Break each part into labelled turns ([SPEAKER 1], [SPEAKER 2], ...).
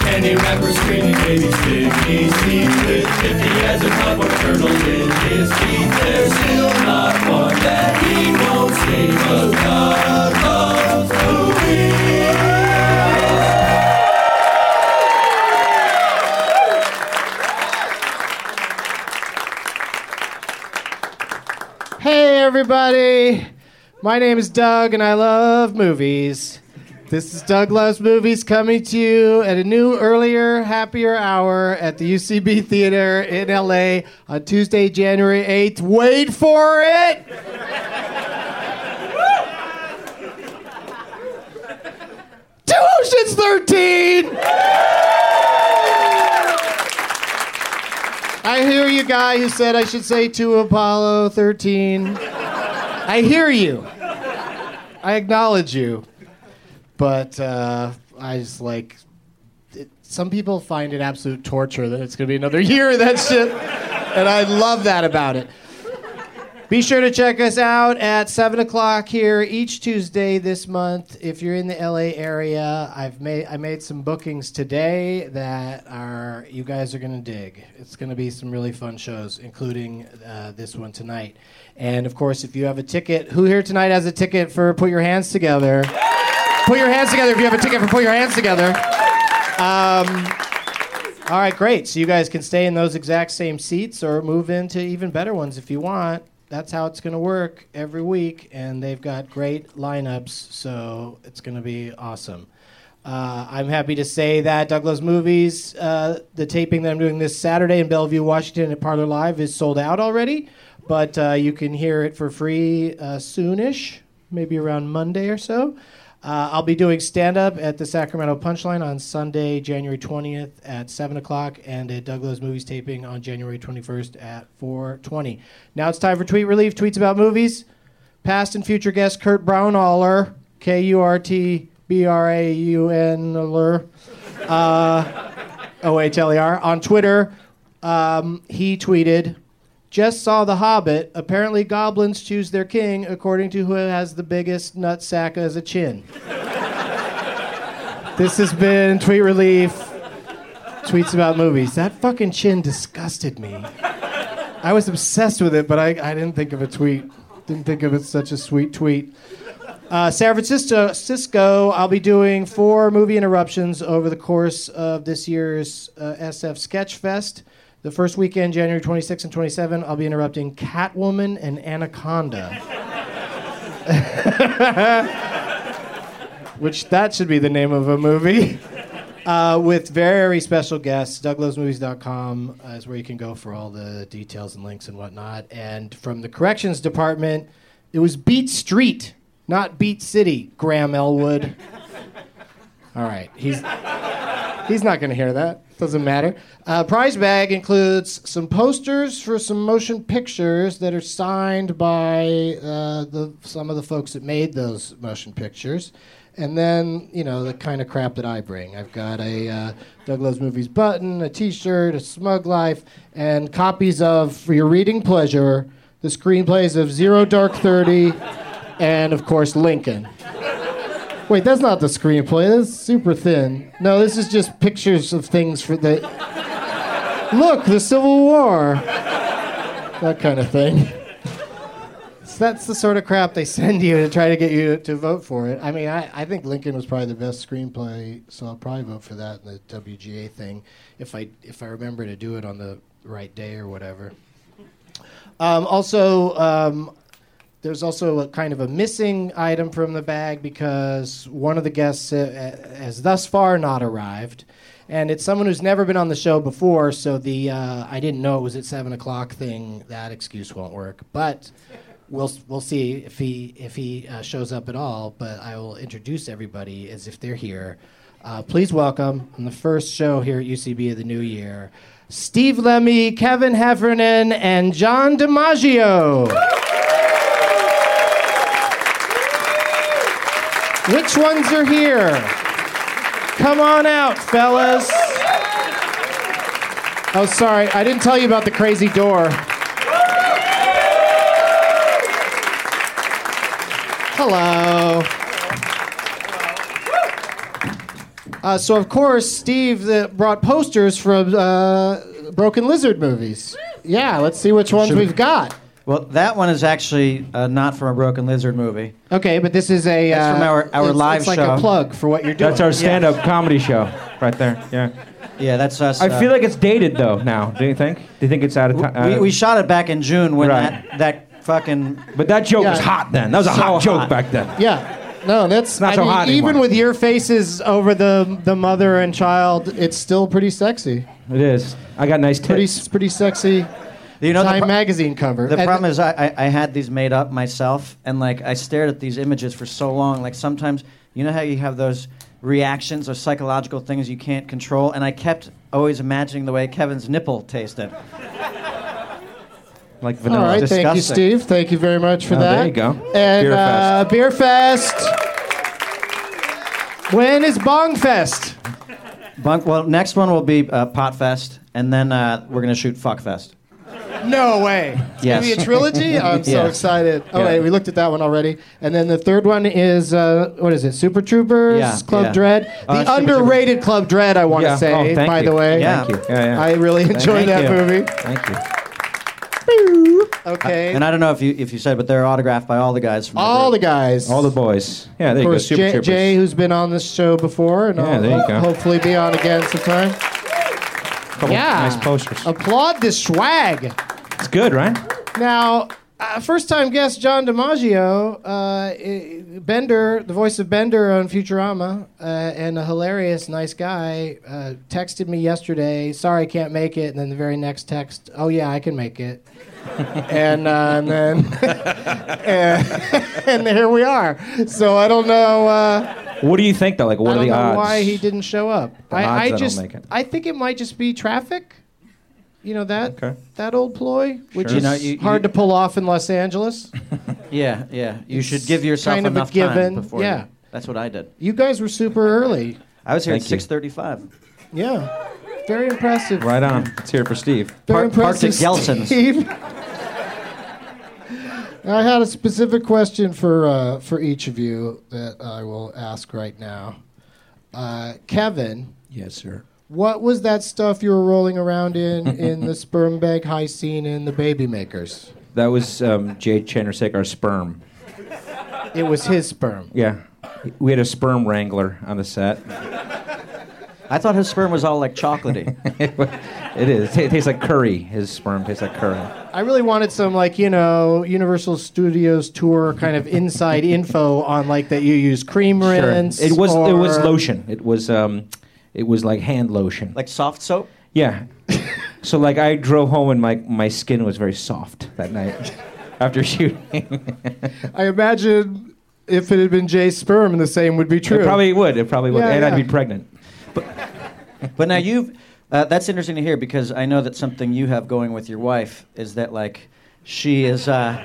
[SPEAKER 1] any rapper screaming baby stick. He's heated if he hasn't got one turtle in his teeth. There's still not one that he won't see. 'Cause God loves Louis.
[SPEAKER 2] Hey, everybody. My name is Doug, and I love movies. This is Doug Loves Movies coming to you at a new, earlier, happier hour at the UCB Theater in LA on Tuesday, January 8th. Wait for it! Two Oceans 13! I hear you, guy who said I should say to Apollo 13. I hear you. I acknowledge you. But uh, I just like. It, some people find it absolute torture that it's going to be another year of that shit. And I love that about it. Be sure to check us out at 7 o'clock here each Tuesday this month. If you're in the LA area, I've made I made some bookings today that are you guys are gonna dig. It's gonna be some really fun shows, including uh, this one tonight. And of course, if you have a ticket, who here tonight has a ticket for Put Your Hands Together? Put your hands together if you have a ticket for Put Your Hands Together. Um, all right, great. So you guys can stay in those exact same seats or move into even better ones if you want. That's how it's going to work every week, and they've got great lineups, so it's going to be awesome. Uh, I'm happy to say that Douglas Movies, uh, the taping that I'm doing this Saturday in Bellevue, Washington at Parlor Live is sold out already, but uh, you can hear it for free uh, soonish, maybe around Monday or so. Uh, I'll be doing stand up at the Sacramento Punchline on Sunday, January 20th at 7 o'clock, and at Douglas Movies taping on January 21st at 4:20. Now it's time for tweet relief. Tweets about movies. Past and future guest Kurt Brownaller, K U R T B R A U N L E uh, O H L E R on Twitter. Um, he tweeted, Just saw The Hobbit. Apparently, goblins choose their king according to who has the biggest nut sack as a chin. this has been Tweet Relief. Tweets about movies. That fucking chin disgusted me. I was obsessed with it, but I, I didn't think of a tweet. Didn't think of it such a sweet tweet. Uh, San Francisco, Cisco, I'll be doing four movie interruptions over the course of this year's uh, SF Sketch Fest. The first weekend, January 26 and 27, I'll be interrupting Catwoman and Anaconda. Which that should be the name of a movie. Uh, with very special guests. DouglasMovies.com uh, is where you can go for all the details and links and whatnot. And from the corrections department, it was Beat Street, not Beat City, Graham Elwood. all right, he's he's not going to hear that. Doesn't matter. Uh, prize bag includes some posters for some motion pictures that are signed by uh, the some of the folks that made those motion pictures, and then you know the kind of crap that I bring. I've got a uh, Doug Loves Movies button, a T-shirt, a Smug Life, and copies of for your reading pleasure the screenplays of Zero Dark Thirty, and of course Lincoln. Wait, that's not the screenplay. That's super thin. No, this is just pictures of things for the. Look, the Civil War. That kind of thing. So that's the sort of crap they send you to try to get you to vote for it. I mean, I, I think Lincoln was probably the best screenplay, so I'll probably vote for that in the WGA thing if I if I remember to do it on the right day or whatever. Um, also, um, there's also a kind of a missing item from the bag because one of the guests uh, has thus far not arrived, and it's someone who's never been on the show before. So the uh, I didn't know it was at seven o'clock thing that excuse won't work, but. We'll, we'll see if he if he uh, shows up at all, but I will introduce everybody as if they're here. Uh, please welcome on the first show here at UCB of the new year, Steve Lemmy, Kevin Heffernan, and John DiMaggio. Which ones are here? Come on out, fellas. Oh, sorry, I didn't tell you about the crazy door. Hello. Uh, so, of course, Steve uh, brought posters from uh, Broken Lizard movies. Yeah, let's see which ones we've got.
[SPEAKER 3] Well, that one is actually uh, not from a Broken Lizard movie.
[SPEAKER 2] Okay, but this is a
[SPEAKER 3] That's from
[SPEAKER 2] uh,
[SPEAKER 3] our- our
[SPEAKER 2] it's,
[SPEAKER 3] live
[SPEAKER 2] it's like
[SPEAKER 3] show.
[SPEAKER 2] a plug for what you're doing.
[SPEAKER 4] That's our stand-up comedy show, right there. Yeah.
[SPEAKER 3] Yeah, that's us.
[SPEAKER 4] I
[SPEAKER 3] uh,
[SPEAKER 4] feel like it's dated though. Now, do you think? Do you think it's out of time?
[SPEAKER 3] we, we shot it back in June when
[SPEAKER 4] Right.
[SPEAKER 3] that that fucking
[SPEAKER 4] but that joke
[SPEAKER 2] Yeah.
[SPEAKER 4] was hot then. That was a
[SPEAKER 3] So
[SPEAKER 4] hot
[SPEAKER 3] hot.
[SPEAKER 4] joke back then.
[SPEAKER 2] Yeah. No, that's
[SPEAKER 4] not
[SPEAKER 2] I
[SPEAKER 4] so
[SPEAKER 2] mean,
[SPEAKER 4] hot
[SPEAKER 2] Even
[SPEAKER 4] anymore.
[SPEAKER 2] with your faces over the the mother and child, it's still pretty sexy.
[SPEAKER 4] It is. I got nice
[SPEAKER 2] Pretty
[SPEAKER 4] tits.
[SPEAKER 2] s- pretty sexy.
[SPEAKER 3] you know the
[SPEAKER 2] Time
[SPEAKER 3] pro-
[SPEAKER 2] magazine cover.
[SPEAKER 3] The
[SPEAKER 2] And-
[SPEAKER 3] problem is I, I, I had these made up myself, and like I stared at these images for so long. Like sometimes, you know how you have those reactions or psychological things you can't control, and I kept always imagining the way Kevin's nipple tasted.
[SPEAKER 4] like
[SPEAKER 2] All
[SPEAKER 4] vanilla.
[SPEAKER 2] right, thank you,
[SPEAKER 3] disgusting.
[SPEAKER 2] Steve. Thank you very much for
[SPEAKER 4] Oh,
[SPEAKER 2] that.
[SPEAKER 4] there you go.
[SPEAKER 2] And
[SPEAKER 4] Beer
[SPEAKER 2] uh,
[SPEAKER 4] fest.
[SPEAKER 2] beer fest. When is Bong Fest?
[SPEAKER 3] Bunk, well, next one will be uh, Potfest, and then uh, we're gonna shoot Fuckfest.
[SPEAKER 2] No way. It's
[SPEAKER 3] Yes.
[SPEAKER 2] gonna be a trilogy. I'm so
[SPEAKER 3] Yes.
[SPEAKER 2] excited. Oh
[SPEAKER 3] Yeah.
[SPEAKER 2] wait, we looked at that one already. And then the third one is uh, what is it? Super Troopers,
[SPEAKER 3] Yeah,
[SPEAKER 2] Club
[SPEAKER 3] yeah.
[SPEAKER 2] Dread,
[SPEAKER 3] Uh,
[SPEAKER 2] the
[SPEAKER 3] Super
[SPEAKER 2] underrated Club Dread. I want to
[SPEAKER 4] Yeah.
[SPEAKER 2] say,
[SPEAKER 4] Oh, thank
[SPEAKER 2] by
[SPEAKER 4] you.
[SPEAKER 2] the way,
[SPEAKER 3] Yeah.
[SPEAKER 4] Thank you. Yeah, yeah.
[SPEAKER 2] I really enjoyed
[SPEAKER 3] Thank
[SPEAKER 2] that
[SPEAKER 3] you.
[SPEAKER 2] movie.
[SPEAKER 4] Thank you. Uh,
[SPEAKER 2] Okay,
[SPEAKER 3] And I don't know if you if you said, but they're autographed by all the guys from
[SPEAKER 2] all the
[SPEAKER 3] group.
[SPEAKER 2] guys,
[SPEAKER 4] All the boys. Yeah, there
[SPEAKER 2] of
[SPEAKER 4] you go.
[SPEAKER 2] course,
[SPEAKER 4] Super
[SPEAKER 2] Jay,
[SPEAKER 4] Troopers.
[SPEAKER 2] Jay, who's been on this show before, and
[SPEAKER 4] Yeah,
[SPEAKER 2] I'll
[SPEAKER 4] there you go.
[SPEAKER 2] hopefully be on again sometime.
[SPEAKER 4] Couple
[SPEAKER 2] Yeah,
[SPEAKER 4] Nice posters.
[SPEAKER 2] Applaud this swag.
[SPEAKER 4] It's good, right?
[SPEAKER 2] Now, uh, first time guest John DiMaggio, uh, i- Bender, the voice of Bender on Futurama, uh, and a hilarious, nice guy, uh, texted me yesterday, sorry, I can't make it. And then the very next text, oh, yeah, I can make it. and, uh, and then, and, and here we are. So I don't know. Uh,
[SPEAKER 4] What do you think though? Like,
[SPEAKER 2] I
[SPEAKER 4] what are
[SPEAKER 2] don't
[SPEAKER 4] the
[SPEAKER 2] know
[SPEAKER 4] odds?
[SPEAKER 2] why he didn't show up. I,
[SPEAKER 4] odds
[SPEAKER 2] I
[SPEAKER 4] I don't
[SPEAKER 2] just
[SPEAKER 4] make it.
[SPEAKER 2] I think it might just be traffic. You know that
[SPEAKER 4] Okay.
[SPEAKER 2] that old ploy, which
[SPEAKER 4] Sure.
[SPEAKER 2] is
[SPEAKER 4] You
[SPEAKER 3] know, you-
[SPEAKER 2] hard to
[SPEAKER 3] you-
[SPEAKER 2] pull off in Los Angeles.
[SPEAKER 3] Yeah, yeah. You should give yourself
[SPEAKER 2] kind of a
[SPEAKER 3] enough
[SPEAKER 2] given,
[SPEAKER 3] time before.
[SPEAKER 2] yeah.
[SPEAKER 3] you- that's what I did.
[SPEAKER 2] You guys were super early.
[SPEAKER 3] I was here
[SPEAKER 4] Thank
[SPEAKER 3] at
[SPEAKER 4] you.
[SPEAKER 3] six thirty-five.
[SPEAKER 2] Yeah, very impressive.
[SPEAKER 4] Right on. It's here for Steve.
[SPEAKER 2] Very
[SPEAKER 3] Park- Park to
[SPEAKER 2] impressive.
[SPEAKER 3] Gelson's.
[SPEAKER 2] Steve. I had a specific question for uh, for each of you that I will ask right now. Uh, Kevin,
[SPEAKER 5] Yes, sir.
[SPEAKER 2] what was that stuff you were rolling around in in the sperm bag high scene in the Baby Makers?
[SPEAKER 4] That was um, Jay Chandrasekhar our sperm.
[SPEAKER 2] It was his sperm.
[SPEAKER 4] Yeah. We had a sperm wrangler on the set.
[SPEAKER 3] I thought his sperm was all like chocolatey.
[SPEAKER 4] It is. It ta- tastes like curry. His sperm tastes like curry.
[SPEAKER 2] I really wanted some like you know Universal Studios tour kind of inside info on like that you use cream rinse.
[SPEAKER 4] It was it was
[SPEAKER 2] or-
[SPEAKER 4] lotion. It was um it was like hand lotion.
[SPEAKER 3] like soft soap?
[SPEAKER 4] Yeah. so like I drove home and my my skin was very soft that night after shooting.
[SPEAKER 2] I imagine if it had been Jay's sperm, the same would be true.
[SPEAKER 4] It probably would. It probably would.
[SPEAKER 2] Yeah,
[SPEAKER 4] and
[SPEAKER 2] yeah.
[SPEAKER 4] I'd be pregnant.
[SPEAKER 3] But now you've. Uh, that's interesting to hear because I know that something you have going with your wife is that like she is uh,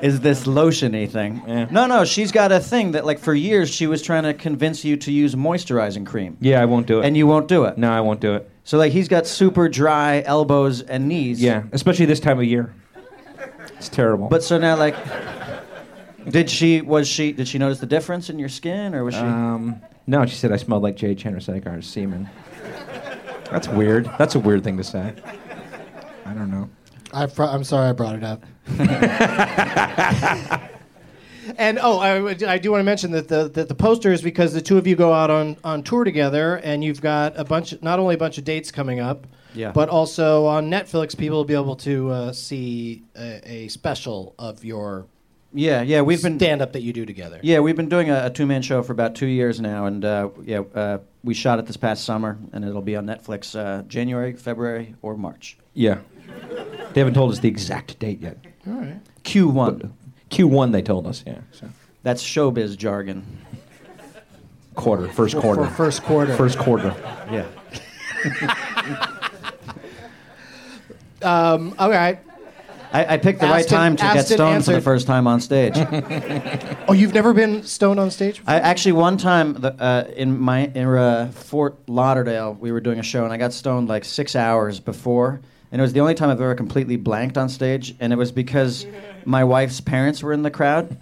[SPEAKER 3] is this lotiony thing. No, no, she's got a thing that like for years she was trying to convince you to use moisturizing cream.
[SPEAKER 4] Yeah, I won't do it.
[SPEAKER 3] And you won't do it.
[SPEAKER 4] No, I won't do it.
[SPEAKER 3] So like he's got super dry elbows and knees.
[SPEAKER 4] Yeah, especially this time of year. It's terrible.
[SPEAKER 3] But so now like did she was she did she notice the difference in your skin or was she
[SPEAKER 4] um, no, she said I smelled like Jay Chandrasekhar's semen. That's weird. That's a weird thing to say. I don't know.
[SPEAKER 2] I pro- I'm sorry I brought it up. and oh, I, would- I do want to mention that the, that the poster is because the two of you go out on, on tour together, and you've got a bunch, not only a bunch of dates coming up,
[SPEAKER 3] Yeah.
[SPEAKER 2] but also on Netflix, people will be able to uh, see a, a special of your
[SPEAKER 3] Yeah, yeah, we've been
[SPEAKER 2] stand up that you do together.
[SPEAKER 3] Yeah, we've been doing a, a two man show for about two years now, and uh, yeah, uh, we shot it this past summer, and it'll be on Netflix uh, January, February, or March.
[SPEAKER 4] Yeah. They haven't told us the exact date yet.
[SPEAKER 2] All right.
[SPEAKER 3] Q1.
[SPEAKER 4] Q1 they told us, yeah. So
[SPEAKER 3] That's showbiz jargon.
[SPEAKER 4] quarter, first quarter.
[SPEAKER 2] For first quarter.
[SPEAKER 4] First quarter.
[SPEAKER 3] Yeah.
[SPEAKER 2] All right.
[SPEAKER 3] I, I picked the right
[SPEAKER 2] Asked and-
[SPEAKER 3] time to get
[SPEAKER 2] asked and
[SPEAKER 3] stoned for the
[SPEAKER 2] answered.
[SPEAKER 3] first time on stage.
[SPEAKER 2] Oh, you've never been stoned on stage?
[SPEAKER 3] I actually one time the, uh, in my in uh, Fort Lauderdale, we were doing a show, and I got stoned like six hours before, and it was the only time I've ever completely blanked on stage, and it was because my wife's parents were in the crowd,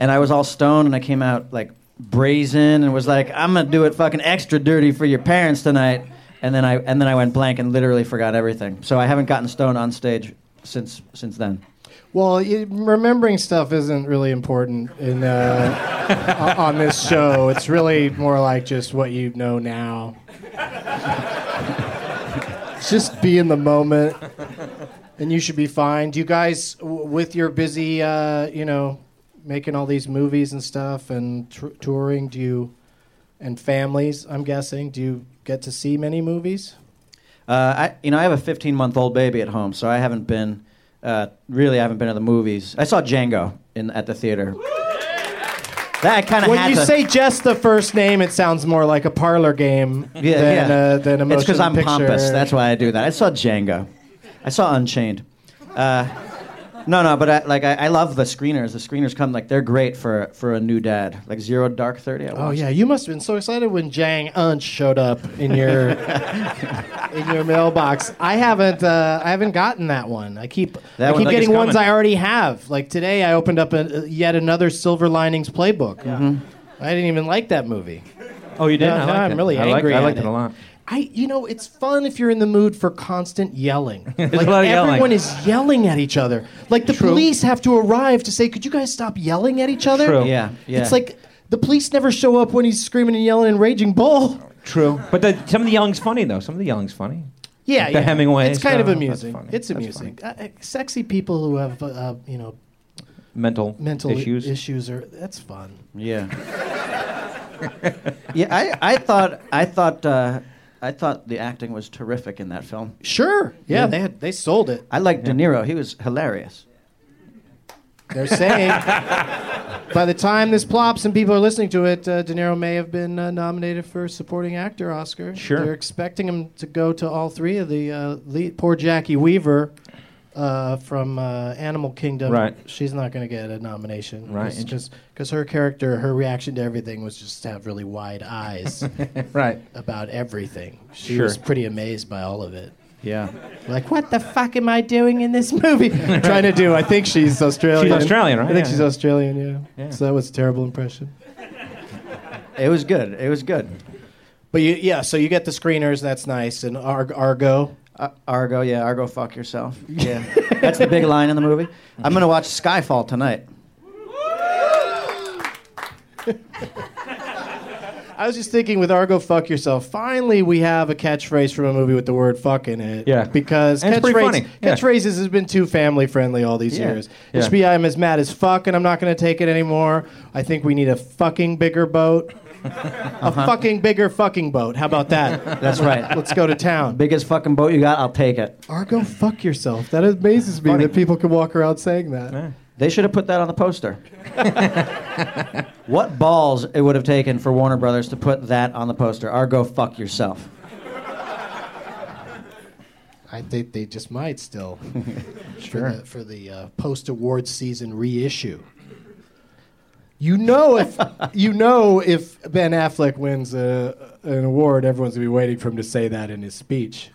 [SPEAKER 3] and I was all stoned, and I came out like brazen, and was like, "I'm gonna do it fucking extra dirty for your parents tonight," and then I and then I went blank and literally forgot everything. So I haven't gotten stoned on stage since since then.
[SPEAKER 2] Well, you, remembering stuff isn't really important in uh, o- on this show. It's really more like just what you know now. just be in the moment, and you should be fine. Do you guys, w- with your busy, uh, you know, making all these movies and stuff and tr- touring, do you, and families? I'm guessing, do you get to see many movies?
[SPEAKER 3] Uh, I, you know, I have a 15 month old baby at home, so I haven't been, uh, really, I haven't been to the movies. I saw Django in at the theater. That kind of
[SPEAKER 2] When
[SPEAKER 3] had
[SPEAKER 2] you
[SPEAKER 3] to-
[SPEAKER 2] say just the first name, it sounds more like a parlor game
[SPEAKER 3] yeah,
[SPEAKER 2] than,
[SPEAKER 3] yeah.
[SPEAKER 2] Uh, than a motion
[SPEAKER 3] it's because I'm
[SPEAKER 2] picture.
[SPEAKER 3] pompous. That's why I do that. I saw Django. I saw Unchained. Uh, no, no, but I, like I, I love the screeners. The screeners come like they're great for for a new dad. Like Zero Dark Thirty. I
[SPEAKER 2] Oh
[SPEAKER 3] watched.
[SPEAKER 2] yeah, you must have been so excited when Jang Unch showed up in your in your mailbox. I haven't uh, I haven't gotten that one. I keep
[SPEAKER 3] That
[SPEAKER 2] I
[SPEAKER 3] one-
[SPEAKER 2] keep
[SPEAKER 3] like,
[SPEAKER 2] getting
[SPEAKER 3] it's
[SPEAKER 2] ones
[SPEAKER 4] coming.
[SPEAKER 2] I already have. Like today, I opened up a, yet another Silver Linings Playbook.
[SPEAKER 3] Mm-hmm.
[SPEAKER 2] I didn't even like that movie.
[SPEAKER 4] Oh, you did?
[SPEAKER 2] No,
[SPEAKER 4] I
[SPEAKER 2] no,
[SPEAKER 4] liked
[SPEAKER 2] I'm
[SPEAKER 4] it.
[SPEAKER 2] really
[SPEAKER 4] I liked-
[SPEAKER 2] angry
[SPEAKER 4] I
[SPEAKER 2] at
[SPEAKER 4] liked
[SPEAKER 2] it.
[SPEAKER 4] it a lot.
[SPEAKER 2] I, you know, it's fun if you're in the mood for constant yelling. like
[SPEAKER 4] a lot of yelling.
[SPEAKER 2] everyone is yelling at each other. Like the police have to arrive to say, "Could you guys stop yelling at each other?"
[SPEAKER 4] True.
[SPEAKER 3] Yeah, yeah.
[SPEAKER 2] It's like the police never show up when he's screaming and yelling and raging bull.
[SPEAKER 4] True. But the, some of the yelling's funny, though. Some of the yelling's funny.
[SPEAKER 2] Yeah,
[SPEAKER 4] The
[SPEAKER 2] yeah.
[SPEAKER 4] Hemingway
[SPEAKER 2] It's kind of
[SPEAKER 4] stuff, that's
[SPEAKER 2] amusing.
[SPEAKER 4] funny.
[SPEAKER 2] It's
[SPEAKER 4] That's
[SPEAKER 2] amusing. Uh, uh, sexy people who have, uh, uh, you know,
[SPEAKER 4] Mental,
[SPEAKER 2] mental
[SPEAKER 4] issues.
[SPEAKER 2] issues. are that's fun.
[SPEAKER 3] Yeah. yeah, I, I thought I thought uh, I thought the acting was terrific in that film.
[SPEAKER 2] Sure. Yeah, they had they sold it.
[SPEAKER 3] I liked De Niro. He was hilarious.
[SPEAKER 2] They're saying by the time this plops and people are listening to it, uh, De Niro may have been uh, nominated for a supporting actor Oscar.
[SPEAKER 4] Sure.
[SPEAKER 2] They're expecting him to go to all three of the uh, lead. Poor Jackie Weaver uh, from uh, Animal Kingdom.
[SPEAKER 4] Right.
[SPEAKER 2] She's not going to get a nomination.
[SPEAKER 4] Right.
[SPEAKER 2] Because her character, her reaction to everything was just to have really wide eyes
[SPEAKER 4] Right.
[SPEAKER 2] about everything. She
[SPEAKER 4] Sure.
[SPEAKER 2] was pretty amazed by all of it.
[SPEAKER 3] Yeah.
[SPEAKER 2] Like, what the fuck am I doing in this movie? Trying to do. I think she's Australian.
[SPEAKER 4] She's Australian, right?
[SPEAKER 2] I think
[SPEAKER 4] Yeah.
[SPEAKER 2] she's Australian. Yeah.
[SPEAKER 4] Yeah.
[SPEAKER 2] So that was a terrible impression.
[SPEAKER 3] It was good. It was good.
[SPEAKER 2] But you, yeah, so you get the screeners. That's nice. And Ar- Argo.
[SPEAKER 3] Ar- Argo, yeah, Argo, fuck yourself. Yeah, that's the big line in the movie. I'm gonna watch Skyfall tonight.
[SPEAKER 2] I was just thinking with Argo, fuck yourself. Finally, we have a catchphrase from a movie with the word fuck in it.
[SPEAKER 4] Yeah.
[SPEAKER 2] Because
[SPEAKER 4] And it's pretty
[SPEAKER 2] catchphrase-
[SPEAKER 4] funny. Yeah.
[SPEAKER 2] catchphrases has been too family friendly all these
[SPEAKER 3] Yeah.
[SPEAKER 2] years.
[SPEAKER 4] Yeah.
[SPEAKER 2] HB, I'm as mad as fuck and I'm not going to take it anymore. I think we need a fucking bigger boat.
[SPEAKER 4] Uh-huh.
[SPEAKER 2] A fucking bigger fucking boat. How about that?
[SPEAKER 3] That's right.
[SPEAKER 2] Let's go to town.
[SPEAKER 3] Biggest fucking boat you got, I'll take it.
[SPEAKER 2] Argo, fuck yourself. That amazes me
[SPEAKER 4] Funny.
[SPEAKER 2] that people can walk around saying that.
[SPEAKER 3] They should have put that on the poster. what balls it would have taken for Warner Brothers to put that on the poster? Argo, fuck yourself.
[SPEAKER 2] I think they just might still. sure. For the, for the uh, post awards season reissue. You know if you know if Ben Affleck wins a, an award, everyone's gonna be waiting for him to say that in his speech.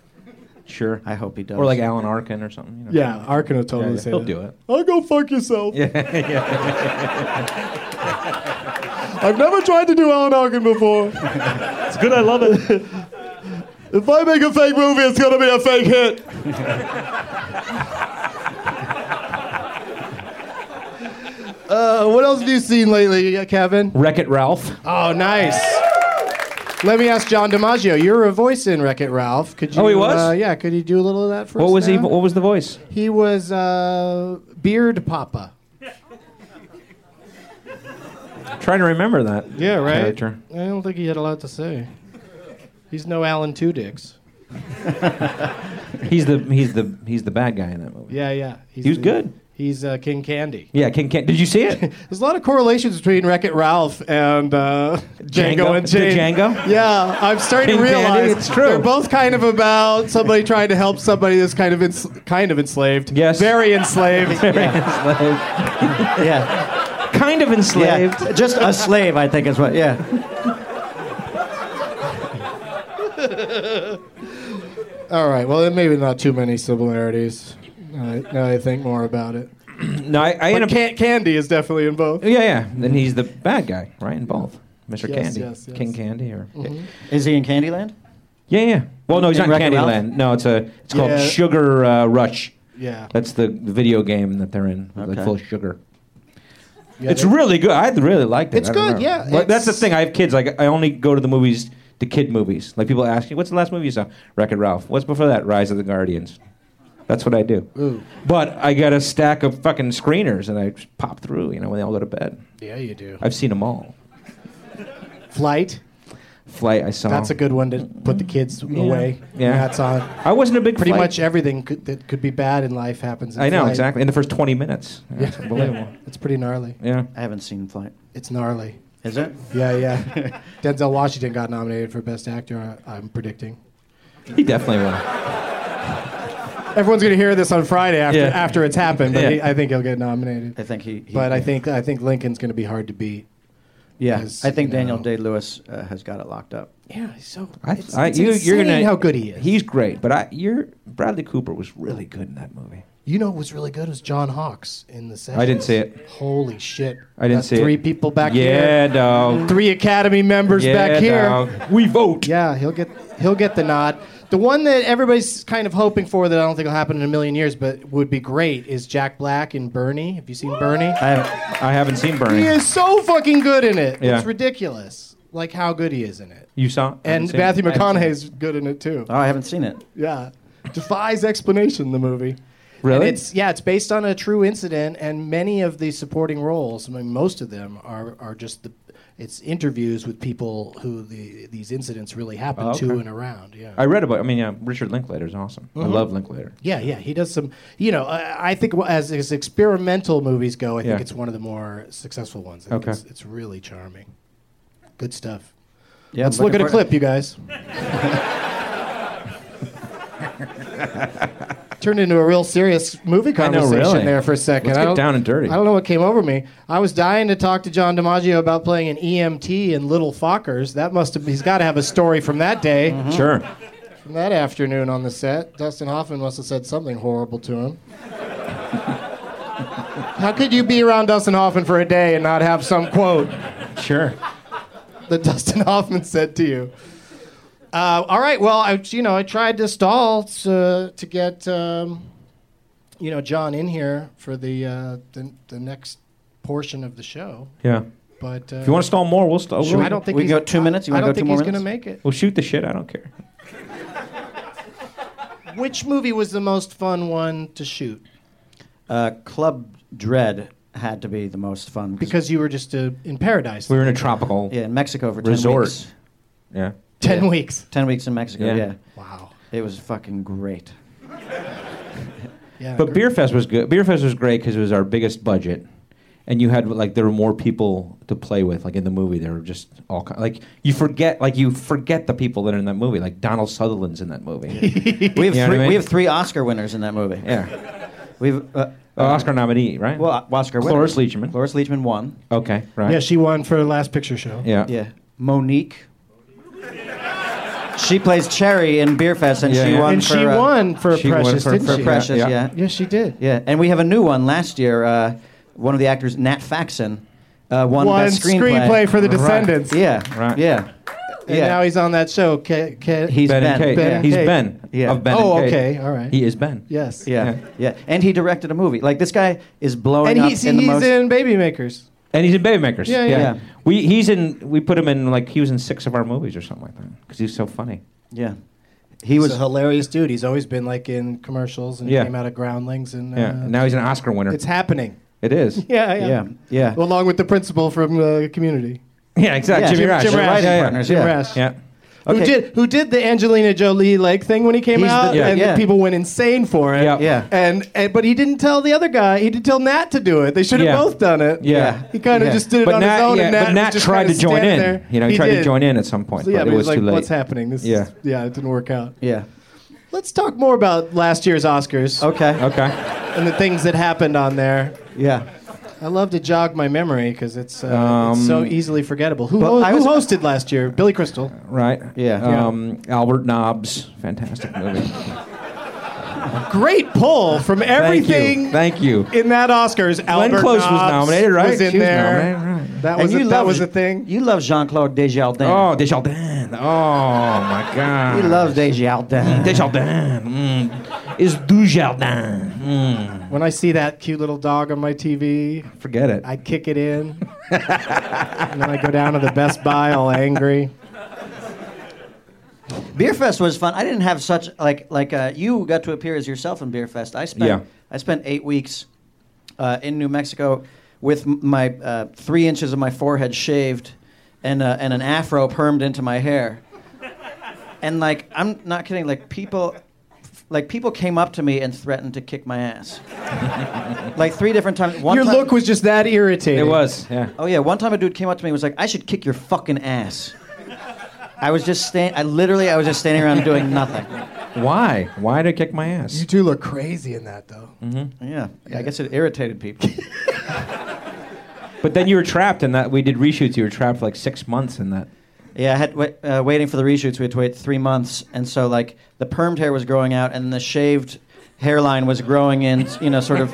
[SPEAKER 4] Sure.
[SPEAKER 3] I hope he does.
[SPEAKER 4] Or like Alan Arkin or something. You know?
[SPEAKER 2] Yeah, Arkin will totally
[SPEAKER 4] yeah,
[SPEAKER 2] say
[SPEAKER 4] he'll
[SPEAKER 2] that.
[SPEAKER 4] do it.
[SPEAKER 2] I'll go fuck yourself.
[SPEAKER 4] Yeah. yeah.
[SPEAKER 2] I've never tried to do Alan Arkin before. it's good. I love it. if I make a fake movie, it's gonna be a fake hit. uh, what else have you seen lately, uh, Kevin?
[SPEAKER 4] Wreck It Ralph.
[SPEAKER 2] Oh, nice. Let me ask John DiMaggio. You were a voice in Wreck It Ralph. Could you?
[SPEAKER 4] Oh, he was?
[SPEAKER 2] Uh, yeah. Could you do a little of that for us?
[SPEAKER 4] What was he?
[SPEAKER 2] now?
[SPEAKER 4] What was the voice?
[SPEAKER 2] He was uh, Beard Papa.
[SPEAKER 4] trying to remember that.
[SPEAKER 2] Yeah, right.
[SPEAKER 4] Character.
[SPEAKER 2] I don't think he had a lot to say. He's no Alan Two Dicks.
[SPEAKER 4] He's the he's the he's the bad guy in that movie.
[SPEAKER 2] Yeah, yeah. He's
[SPEAKER 4] He was
[SPEAKER 2] the-
[SPEAKER 4] good.
[SPEAKER 2] He's uh, King Candy.
[SPEAKER 4] Yeah, King Can. Did you see it?
[SPEAKER 2] There's a lot of correlations between Wreck It Ralph and uh, Django,
[SPEAKER 4] Django?
[SPEAKER 2] and Jane.
[SPEAKER 4] The Django?
[SPEAKER 2] Yeah, I'm starting to
[SPEAKER 4] King Candy,
[SPEAKER 2] realize
[SPEAKER 4] it's true.
[SPEAKER 2] They're both kind of about somebody trying to help somebody that's kind of ens- kind of enslaved.
[SPEAKER 4] Yes.
[SPEAKER 2] very enslaved.
[SPEAKER 4] Enslaved.
[SPEAKER 3] yeah,
[SPEAKER 4] kind of enslaved.
[SPEAKER 3] yeah, just a slave, I think is what. Yeah,
[SPEAKER 2] All right. Well, then maybe not too many similarities. Now I, now I think more about it.
[SPEAKER 4] No, I, I
[SPEAKER 2] But
[SPEAKER 4] end up.
[SPEAKER 2] can- Candy is definitely in both.
[SPEAKER 4] Oh, Yeah, yeah. Then he's the bad guy, right? In both, Mr.
[SPEAKER 2] Mm-hmm. Yes,
[SPEAKER 4] Candy,
[SPEAKER 2] yes, Mm-hmm. yes.
[SPEAKER 4] King Candy, or
[SPEAKER 3] is he in Candyland?
[SPEAKER 4] yeah, yeah. Well, no, he's
[SPEAKER 3] In
[SPEAKER 4] not
[SPEAKER 3] Wreck-It Ralph?
[SPEAKER 4] Candyland. No, it's a. It's called
[SPEAKER 2] Yeah.
[SPEAKER 4] Sugar uh, Rush.
[SPEAKER 2] Yeah.
[SPEAKER 4] That's the video game that they're in. They're
[SPEAKER 3] Okay.
[SPEAKER 4] full of sugar.
[SPEAKER 2] Yeah,
[SPEAKER 4] it's
[SPEAKER 2] they-
[SPEAKER 4] really good. I really liked it.
[SPEAKER 2] It's
[SPEAKER 4] I don't
[SPEAKER 2] good,
[SPEAKER 4] know.
[SPEAKER 2] yeah,
[SPEAKER 4] Well, that's the
[SPEAKER 2] it's-
[SPEAKER 4] thing. I have kids. Like I only go to the movies, the kid movies. Like people ask me, "What's the last movie you saw?" Wreck It Ralph. What's before that? Rise of the Guardians. That's what I do. But I got a stack of fucking screeners, and I just pop through. You know, when they all go to bed.
[SPEAKER 2] Yeah, you do.
[SPEAKER 4] I've seen them all.
[SPEAKER 2] Flight.
[SPEAKER 4] Flight. I saw.
[SPEAKER 2] That's a good one to put the kids away.
[SPEAKER 4] Oh. Yeah.
[SPEAKER 2] That's on.
[SPEAKER 4] I wasn't a big
[SPEAKER 2] Pretty
[SPEAKER 4] Flight-
[SPEAKER 2] much everything could, that could be bad in life happens. In
[SPEAKER 4] I know
[SPEAKER 2] Flight.
[SPEAKER 4] exactly. In the first twenty minutes. Yeah, It's unbelievable.
[SPEAKER 2] It's pretty gnarly.
[SPEAKER 4] Yeah.
[SPEAKER 3] I haven't seen Flight.
[SPEAKER 2] It's gnarly.
[SPEAKER 3] Is it?
[SPEAKER 2] Yeah, yeah. Denzel Washington got nominated for Best Actor, I- I'm predicting.
[SPEAKER 4] He definitely won.
[SPEAKER 2] Everyone's going to hear this on Friday after,
[SPEAKER 4] Yeah.
[SPEAKER 2] after it's happened, but
[SPEAKER 4] Yeah.
[SPEAKER 2] he, I think he'll get nominated.
[SPEAKER 3] I think he. he-
[SPEAKER 2] But I think, I think Lincoln's going to be hard to beat.
[SPEAKER 3] Yeah,
[SPEAKER 2] is,
[SPEAKER 3] I think
[SPEAKER 2] you
[SPEAKER 3] Daniel
[SPEAKER 2] know-
[SPEAKER 3] Day Lewis uh, has got it locked up.
[SPEAKER 2] Yeah, he's so.
[SPEAKER 4] I,
[SPEAKER 2] it's,
[SPEAKER 4] I,
[SPEAKER 2] it's
[SPEAKER 4] you,
[SPEAKER 2] insane
[SPEAKER 4] you're gonna
[SPEAKER 2] how good he is.
[SPEAKER 4] He's great, but I, you're Bradley Cooper was really good in that movie.
[SPEAKER 2] You know what was really good was John Hawks in the set.
[SPEAKER 4] I didn't see it.
[SPEAKER 2] Holy shit.
[SPEAKER 4] I didn't
[SPEAKER 2] Got
[SPEAKER 4] see it.
[SPEAKER 2] Three people back
[SPEAKER 4] yeah,
[SPEAKER 2] here.
[SPEAKER 4] dog.
[SPEAKER 2] Three Academy members
[SPEAKER 4] yeah,
[SPEAKER 2] back here.
[SPEAKER 4] dog. We vote.
[SPEAKER 2] Yeah, he'll get he'll get the nod. The one that everybody's kind of hoping for that I don't think will happen in a million years, but would be great is Jack Black in Bernie. Have you seen Bernie?
[SPEAKER 3] I haven't,
[SPEAKER 4] I haven't seen Bernie.
[SPEAKER 2] He is so fucking good in it.
[SPEAKER 4] Yeah.
[SPEAKER 2] It's ridiculous, like how good he is in it.
[SPEAKER 4] You saw? I haven't
[SPEAKER 2] And
[SPEAKER 4] seen it.
[SPEAKER 2] Matthew
[SPEAKER 4] I haven't seen
[SPEAKER 2] McConaughey's good in it too.
[SPEAKER 3] oh, I haven't seen it.
[SPEAKER 2] Yeah, defies explanation. The movie.
[SPEAKER 4] it. Really?
[SPEAKER 2] And it's yeah, it's based on a true incident, and many of the supporting roles, I mean, most of them are are just the it's interviews with people who the these incidents really happen
[SPEAKER 4] Oh,
[SPEAKER 2] to
[SPEAKER 4] okay.
[SPEAKER 2] and around. Yeah.
[SPEAKER 4] I read about. I mean, yeah, Richard Linklater's awesome. I
[SPEAKER 2] Mm-hmm.
[SPEAKER 4] love Linklater.
[SPEAKER 2] Yeah, yeah, he does some. You know, I, I think as as experimental movies go, I think
[SPEAKER 4] Yeah.
[SPEAKER 2] it's one of the more successful ones. I think
[SPEAKER 4] Okay.
[SPEAKER 2] it's, it's really charming. Good stuff.
[SPEAKER 3] Yeah,
[SPEAKER 2] Let's look at a clip, you guys. Turned into a real serious movie
[SPEAKER 4] I know,
[SPEAKER 2] conversation
[SPEAKER 4] really.
[SPEAKER 2] there for a 2nd
[SPEAKER 4] Let's
[SPEAKER 2] I
[SPEAKER 4] get
[SPEAKER 2] don't-
[SPEAKER 4] down and dirty.
[SPEAKER 2] I don't know what came over me. I was dying to talk to John DiMaggio about playing E
[SPEAKER 4] Mm-hmm.
[SPEAKER 2] an EMT in Little Fockers. That must have. He's got to have a story from that day.
[SPEAKER 4] Sure.
[SPEAKER 2] From that afternoon on the set, Dustin Hoffman must have said something horrible to him. How could you be around Dustin Hoffman for a day and not have some quote
[SPEAKER 4] Sure.
[SPEAKER 2] that Dustin Hoffman said to you? Uh, all right, well, I, you know, I tried to stall to, to get, um, you know, John in here for the, uh, the the next portion of the show,
[SPEAKER 4] Yeah.
[SPEAKER 2] but uh,
[SPEAKER 4] If you want to stall more, we'll stall.
[SPEAKER 2] I don't think
[SPEAKER 3] We
[SPEAKER 2] he's,
[SPEAKER 3] go two minutes? You
[SPEAKER 2] I don't
[SPEAKER 3] wanna go two
[SPEAKER 2] think
[SPEAKER 3] more
[SPEAKER 2] he's gonna
[SPEAKER 3] minutes?
[SPEAKER 2] make it.
[SPEAKER 4] We'll shoot the shit. I don't care.
[SPEAKER 2] Which movie was the most fun one to shoot?
[SPEAKER 3] Uh, Club Dread had to be the most fun
[SPEAKER 2] Because you were just uh, in paradise.
[SPEAKER 4] We were in a tropical
[SPEAKER 3] yeah, in Mexico for ten
[SPEAKER 4] resort.
[SPEAKER 3] weeks.
[SPEAKER 4] Yeah.
[SPEAKER 2] Ten weeks.
[SPEAKER 3] Ten weeks in Mexico.
[SPEAKER 4] Yeah.
[SPEAKER 3] Yeah.
[SPEAKER 2] Wow.
[SPEAKER 3] it was fucking great.
[SPEAKER 2] Yeah.
[SPEAKER 4] But Beer Fest was good. Beer Fest was great because it was our biggest budget, and you had like there were more people to play with. Like in the movie, there were just all ki- like you forget like you forget the people that are in that movie. Like Donald Sutherland's in that movie.
[SPEAKER 3] We have
[SPEAKER 4] You know what
[SPEAKER 3] three,
[SPEAKER 4] I mean?
[SPEAKER 3] we have three Oscar winners in that movie.
[SPEAKER 4] yeah.
[SPEAKER 3] We've uh,
[SPEAKER 4] Uh, Oscar nominee, right?
[SPEAKER 3] well uh, Oscar
[SPEAKER 4] Cloris
[SPEAKER 3] winners.
[SPEAKER 4] Leachman.
[SPEAKER 3] Cloris Leachman won.
[SPEAKER 4] Okay. Right.
[SPEAKER 2] yeah, she won for Last Picture Show.
[SPEAKER 4] yeah.
[SPEAKER 3] Yeah, Monique. She plays Cherry in Beerfest, and
[SPEAKER 4] Yeah,
[SPEAKER 3] she
[SPEAKER 4] yeah.
[SPEAKER 3] won
[SPEAKER 2] And
[SPEAKER 3] for
[SPEAKER 2] she
[SPEAKER 3] uh,
[SPEAKER 2] won for
[SPEAKER 4] she won
[SPEAKER 2] Precious,
[SPEAKER 4] for-
[SPEAKER 2] didn't
[SPEAKER 3] for
[SPEAKER 2] she?
[SPEAKER 3] Precious.
[SPEAKER 4] Yeah.
[SPEAKER 3] Yeah.
[SPEAKER 2] Yes, she did.
[SPEAKER 3] Yeah, and we have a new one last year. Uh, one of the actors, Nat Faxon, uh, won
[SPEAKER 2] One
[SPEAKER 3] best screenplay.
[SPEAKER 2] screenplay for The Descendants.
[SPEAKER 3] yeah,
[SPEAKER 4] Right.
[SPEAKER 3] yeah,
[SPEAKER 2] And
[SPEAKER 3] yeah.
[SPEAKER 2] now he's on that show. Ca Ca-
[SPEAKER 3] He's
[SPEAKER 4] Ben, and Kate.
[SPEAKER 3] Ben, yeah.
[SPEAKER 2] He-
[SPEAKER 4] He's
[SPEAKER 2] Kate.
[SPEAKER 4] Ben.
[SPEAKER 3] Yeah.
[SPEAKER 4] Of Ben
[SPEAKER 2] Oh,
[SPEAKER 4] and Kate.
[SPEAKER 2] okay, all right.
[SPEAKER 4] He is Ben.
[SPEAKER 2] yes.
[SPEAKER 3] yeah, yeah, and he directed a movie. Like this guy is blowing
[SPEAKER 2] And
[SPEAKER 3] up
[SPEAKER 2] he's
[SPEAKER 3] in the
[SPEAKER 2] he's
[SPEAKER 3] most.
[SPEAKER 2] in Baby Makers.
[SPEAKER 4] And he's in Babymakers.
[SPEAKER 2] Yeah, yeah.
[SPEAKER 3] Yeah.
[SPEAKER 4] We he's in. We put him in like he was in six of our movies or something like that because he's so funny.
[SPEAKER 3] yeah, he was.
[SPEAKER 2] He's a hilarious dude. He's always been like in commercials and he
[SPEAKER 4] Yeah.
[SPEAKER 2] came out of Groundlings and uh,
[SPEAKER 4] Yeah. and now he's an Oscar winner.
[SPEAKER 2] it's happening.
[SPEAKER 4] it is.
[SPEAKER 2] Yeah, yeah.
[SPEAKER 3] yeah, yeah,
[SPEAKER 2] Along with the principal from uh, Community,
[SPEAKER 4] Yeah, exactly.
[SPEAKER 3] Yeah,
[SPEAKER 4] Jimmy
[SPEAKER 3] Jim-
[SPEAKER 4] Rash.
[SPEAKER 3] Jim
[SPEAKER 4] Yeah,
[SPEAKER 3] Rash.
[SPEAKER 4] yeah, yeah.
[SPEAKER 3] Partners,
[SPEAKER 2] Jim
[SPEAKER 3] Yeah.
[SPEAKER 2] Rash,
[SPEAKER 4] Yeah.
[SPEAKER 2] who
[SPEAKER 3] Okay.
[SPEAKER 2] did who did the Angelina Jolie leg thing when he came
[SPEAKER 3] He's the-
[SPEAKER 2] out,
[SPEAKER 3] yeah.
[SPEAKER 2] and
[SPEAKER 3] Yeah.
[SPEAKER 2] people went insane for it.
[SPEAKER 4] Yeah.
[SPEAKER 3] Yeah.
[SPEAKER 2] And, and but he didn't tell the other guy. He didn't tell Nat to do it. They should have
[SPEAKER 4] Yeah.
[SPEAKER 2] both done it.
[SPEAKER 4] Yeah.
[SPEAKER 2] He kind of
[SPEAKER 3] Yeah.
[SPEAKER 2] just did it
[SPEAKER 4] But
[SPEAKER 2] on
[SPEAKER 4] Nat,
[SPEAKER 2] his own.
[SPEAKER 4] yeah,
[SPEAKER 2] and Nat
[SPEAKER 4] but
[SPEAKER 2] was
[SPEAKER 4] Nat
[SPEAKER 2] just
[SPEAKER 4] tried
[SPEAKER 2] kinda
[SPEAKER 4] to join in.
[SPEAKER 2] standing There.
[SPEAKER 4] You know, he, tried
[SPEAKER 2] did.
[SPEAKER 4] to join in at some point,
[SPEAKER 2] So, yeah,
[SPEAKER 4] but,
[SPEAKER 2] but he's
[SPEAKER 4] it was
[SPEAKER 2] like,
[SPEAKER 4] too late.
[SPEAKER 2] "What's happening? This
[SPEAKER 4] Yeah.
[SPEAKER 2] is, yeah, it didn't work out."
[SPEAKER 3] yeah.
[SPEAKER 2] Let's talk more about last year's Oscars
[SPEAKER 3] Okay.
[SPEAKER 4] Okay.
[SPEAKER 2] and the things that happened on there.
[SPEAKER 3] Yeah.
[SPEAKER 2] I love to jog my memory because it's, uh, it's
[SPEAKER 4] Um,
[SPEAKER 2] so easily forgettable. Who,
[SPEAKER 3] but
[SPEAKER 2] ho-
[SPEAKER 3] I
[SPEAKER 2] who
[SPEAKER 3] was-
[SPEAKER 2] hosted last year? Billy Crystal.
[SPEAKER 4] Right.
[SPEAKER 3] Yeah. Yeah.
[SPEAKER 4] Um, Albert Nobbs, fantastic movie.
[SPEAKER 2] Great pull from everything.
[SPEAKER 4] Oh. Thank you. Thank you.
[SPEAKER 2] in that Oscars,
[SPEAKER 4] Glenn
[SPEAKER 2] Albert
[SPEAKER 4] Close was
[SPEAKER 2] Nobbs
[SPEAKER 4] nominated, right?
[SPEAKER 2] Was in
[SPEAKER 4] She was
[SPEAKER 2] there.
[SPEAKER 4] nominated, right.
[SPEAKER 2] That
[SPEAKER 3] And
[SPEAKER 2] was a,
[SPEAKER 3] you
[SPEAKER 2] that
[SPEAKER 3] love-
[SPEAKER 2] was a thing.
[SPEAKER 3] You love Jean Claude Desjardins.
[SPEAKER 4] Oh, Desjardins. Oh my God.
[SPEAKER 3] you love Desjardins.
[SPEAKER 4] Desjardins. Mm. Is Dujardin. Mm.
[SPEAKER 2] When I see that cute little dog on my TV,
[SPEAKER 4] Forget it.
[SPEAKER 2] I kick it in, and then I go down to the Best Buy all angry.
[SPEAKER 3] Beerfest was fun. I didn't have such like like uh, you got to appear as yourself in Beerfest. I spent
[SPEAKER 4] Yeah.
[SPEAKER 3] I spent eight weeks uh, in New Mexico with m- my uh, three inches of my forehead shaved and uh, and an afro permed into my hair. And like I'm not kidding. Like people, like people came up to me and threatened to kick my ass. like three different times. One
[SPEAKER 2] Your
[SPEAKER 3] time-
[SPEAKER 2] look was just that irritating.
[SPEAKER 4] it was. Yeah.
[SPEAKER 3] Oh yeah, one time a dude came up to me and was like, "I should kick your fucking ass." I was just stand. I literally, I was just standing around doing nothing.
[SPEAKER 4] Why? Why did I kick my ass?
[SPEAKER 2] You two look crazy in that though.
[SPEAKER 3] Yeah, I guess it irritated people.
[SPEAKER 4] But then you were trapped in that. We did reshoots. You were trapped for like six months in that.
[SPEAKER 3] yeah, I had wait, uh, waiting for the reshoots. We had to wait three months, and so like the permed hair was growing out, and the shaved hairline was growing in. You know, sort of.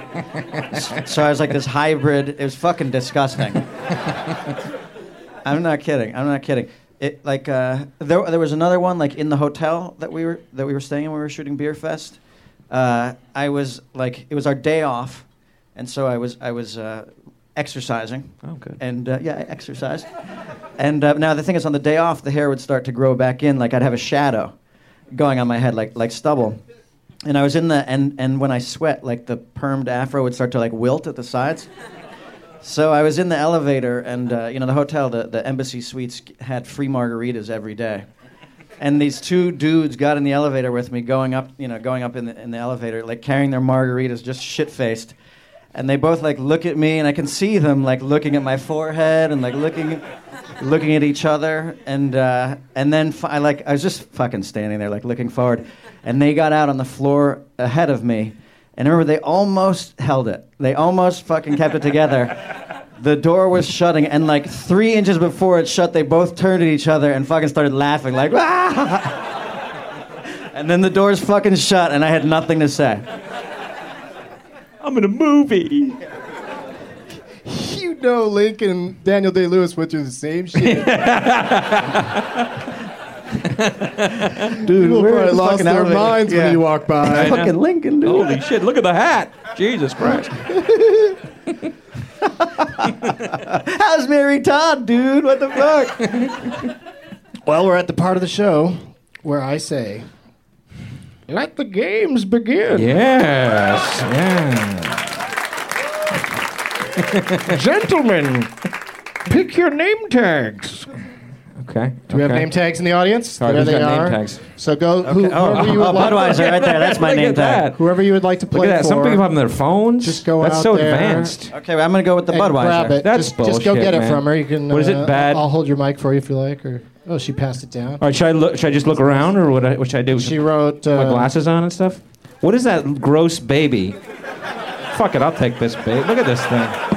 [SPEAKER 3] so I was like this hybrid. It was fucking disgusting. I'm not kidding. I'm not kidding. It like uh, there there was another one like in the hotel that we were that we were staying in. when We were shooting Beer Fest. Uh, I was like it was our day off, and so I was I was uh, exercising.
[SPEAKER 4] Oh, good.
[SPEAKER 3] And uh, yeah, I exercised. and uh, now the thing is, on the day off, the hair would start to grow back in. Like I'd have a shadow going on my head, like like stubble. And I was in the and and when I sweat, like the permed afro would start to like wilt at the sides. So I was in the elevator, and uh, you know the hotel, the, the embassy suites had free margaritas every day, and these two dudes got in the elevator with me, going up, you know, going up in the in the elevator, like carrying their margaritas, just shit faced, and they both like look at me, and I can see them like looking at my forehead and like looking, looking at each other, and uh, and then fi- I like I was just fucking standing there like looking forward, and they got out on the floor ahead of me. And remember, they almost held it. They almost fucking kept it together. The door was shutting, and like three inches before it shut, they both turned at each other and fucking started laughing, like, "Ah!" And then the doors fucking shut, and I had nothing to say.
[SPEAKER 4] I'm in a movie.
[SPEAKER 2] You know, Lincoln and Daniel Day Lewis went through the same shit.
[SPEAKER 3] Dude,
[SPEAKER 2] People
[SPEAKER 3] we're
[SPEAKER 2] probably
[SPEAKER 3] in the
[SPEAKER 2] lost
[SPEAKER 3] fucking
[SPEAKER 2] their
[SPEAKER 3] elevator.
[SPEAKER 2] minds
[SPEAKER 3] Yeah.
[SPEAKER 2] when you walk by.
[SPEAKER 3] Fucking Lincoln, dude.
[SPEAKER 4] Holy shit, look at the hat. Jesus Christ.
[SPEAKER 3] How's Mary Todd, dude? What the fuck?
[SPEAKER 2] Well, we're at the part of the show where I say, "Let the games begin,
[SPEAKER 4] Yes. Yeah.
[SPEAKER 2] gentlemen. Pick your name tags."
[SPEAKER 4] Okay.
[SPEAKER 2] Do we have name tags in the audience?
[SPEAKER 4] All right,
[SPEAKER 2] there
[SPEAKER 4] who's
[SPEAKER 2] they
[SPEAKER 4] got name
[SPEAKER 2] are.
[SPEAKER 4] tags?
[SPEAKER 2] So go who,
[SPEAKER 3] Okay. Oh,
[SPEAKER 2] whoever, you would
[SPEAKER 3] oh,
[SPEAKER 2] like,
[SPEAKER 3] Budweiser right there. That's my
[SPEAKER 4] Look
[SPEAKER 3] name
[SPEAKER 4] at that.
[SPEAKER 3] tag.
[SPEAKER 2] whoever you would like to
[SPEAKER 4] Look
[SPEAKER 2] play
[SPEAKER 4] at that.
[SPEAKER 2] for.
[SPEAKER 4] Some people have their phones.
[SPEAKER 2] Just go
[SPEAKER 4] That's
[SPEAKER 2] out
[SPEAKER 4] so
[SPEAKER 2] there
[SPEAKER 4] advanced.
[SPEAKER 3] Okay, well, I'm gonna go with the
[SPEAKER 2] and
[SPEAKER 3] Budweiser.
[SPEAKER 2] grab it.
[SPEAKER 4] That's
[SPEAKER 2] just, just go
[SPEAKER 4] bullshit,
[SPEAKER 2] get it
[SPEAKER 4] man.
[SPEAKER 2] from her. You can.
[SPEAKER 4] What is it,
[SPEAKER 2] uh,
[SPEAKER 4] bad?
[SPEAKER 2] I'll hold your mic for you if you like. Or oh, she passed it down.
[SPEAKER 4] All right, should I look? Should I just look around, or what? I, what should I do?
[SPEAKER 2] She wrote. Uh,
[SPEAKER 4] my glasses on and stuff. What is that gross baby? Fuck it, I'll take this baby. Look at this thing.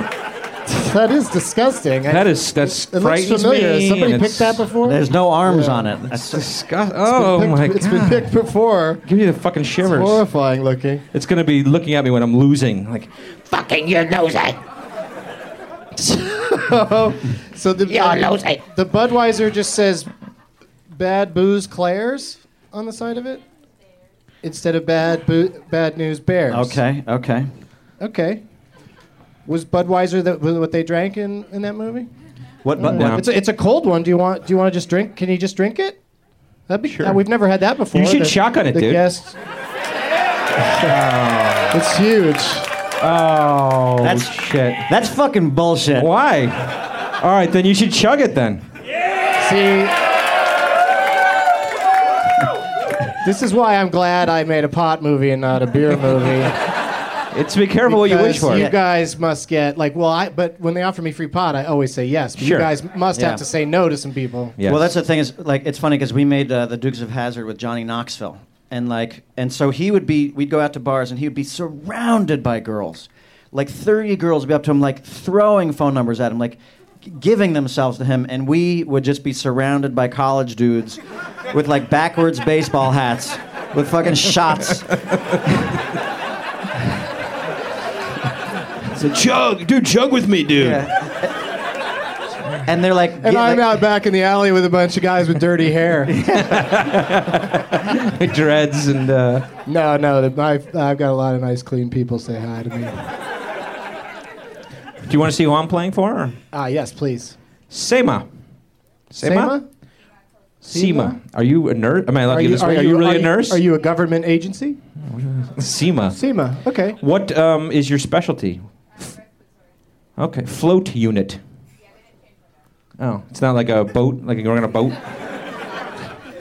[SPEAKER 2] That is disgusting.
[SPEAKER 4] That is that's
[SPEAKER 2] It looks
[SPEAKER 4] frightens
[SPEAKER 2] familiar.
[SPEAKER 4] me.
[SPEAKER 2] Has Somebody
[SPEAKER 4] and
[SPEAKER 2] picked
[SPEAKER 4] it's
[SPEAKER 2] that before.
[SPEAKER 3] There's no arms on it. That's,
[SPEAKER 4] Disgust. Oh
[SPEAKER 2] Picked-
[SPEAKER 4] my
[SPEAKER 2] It's
[SPEAKER 4] god!
[SPEAKER 2] been picked before.
[SPEAKER 4] Give me the fucking shivers. It's,
[SPEAKER 2] Horrifying looking.
[SPEAKER 4] gonna be looking at me when I'm losing. Like
[SPEAKER 5] Fucking you loser.
[SPEAKER 2] So the
[SPEAKER 5] You're losing.
[SPEAKER 2] the Budweiser just says "Bad Booze Claire's" on the side of it instead of "Bad Boo- Bad News Bears."
[SPEAKER 3] okay, okay.
[SPEAKER 2] Okay. Was Budweiser that was what they drank in, in that movie?
[SPEAKER 3] What? But,
[SPEAKER 4] No.
[SPEAKER 2] It's a, it's a cold one. Do you want do you want to just drink? Can you just drink it? That'd be
[SPEAKER 4] Sure.
[SPEAKER 2] uh, We've never had that before.
[SPEAKER 4] You should
[SPEAKER 2] The-
[SPEAKER 4] shotgun it,
[SPEAKER 2] the
[SPEAKER 4] dude.
[SPEAKER 2] Guest, it's huge.
[SPEAKER 4] oh
[SPEAKER 3] That's-
[SPEAKER 4] shit.
[SPEAKER 3] That's fucking bullshit.
[SPEAKER 4] Why? All right, then you should chug it then.
[SPEAKER 2] See, this is why I'm glad I made a pot movie and not a beer movie.
[SPEAKER 4] It's be careful what you wish
[SPEAKER 2] Because
[SPEAKER 4] for.
[SPEAKER 2] You guys must get like, well, I. But when they offer me free pot, I always say yes. But
[SPEAKER 4] Sure.
[SPEAKER 2] You guys must
[SPEAKER 3] Yeah.
[SPEAKER 2] have to say no to some people.
[SPEAKER 4] Yes.
[SPEAKER 3] Well, that's the thing is like it's funny because we made uh, the Dukes of Hazard with Johnny Knoxville, and like and so he would be we'd go out to bars and he would be surrounded by girls, like thirty girls would be up to him like throwing phone numbers at him like g- giving themselves to him, and we would just be surrounded by college dudes with like backwards baseball hats with fucking shots.
[SPEAKER 4] So chug, dude, chug with me, dude.
[SPEAKER 3] And they're like,
[SPEAKER 2] And
[SPEAKER 3] gi-
[SPEAKER 2] I'm
[SPEAKER 3] like-
[SPEAKER 2] out back in the alley with a bunch of guys with dirty hair.
[SPEAKER 4] Dreads and uh,
[SPEAKER 2] no, no, the- I've, I've got a lot of nice, clean people say hi to me.
[SPEAKER 4] do you want to see who I'm playing for? Or?
[SPEAKER 2] Ah, yes, please.
[SPEAKER 4] Sema.
[SPEAKER 2] Sema?
[SPEAKER 4] SEMA. Are you a nurse? Am I allowed
[SPEAKER 2] Are
[SPEAKER 4] to get
[SPEAKER 2] you,
[SPEAKER 4] this? Are, you, really a nurse?
[SPEAKER 2] Are you a government agency?
[SPEAKER 4] SEMA?
[SPEAKER 2] SEMA. Okay.
[SPEAKER 4] What um, is your specialty? Okay, float unit. Oh, it's not like a boat, like you're on a boat.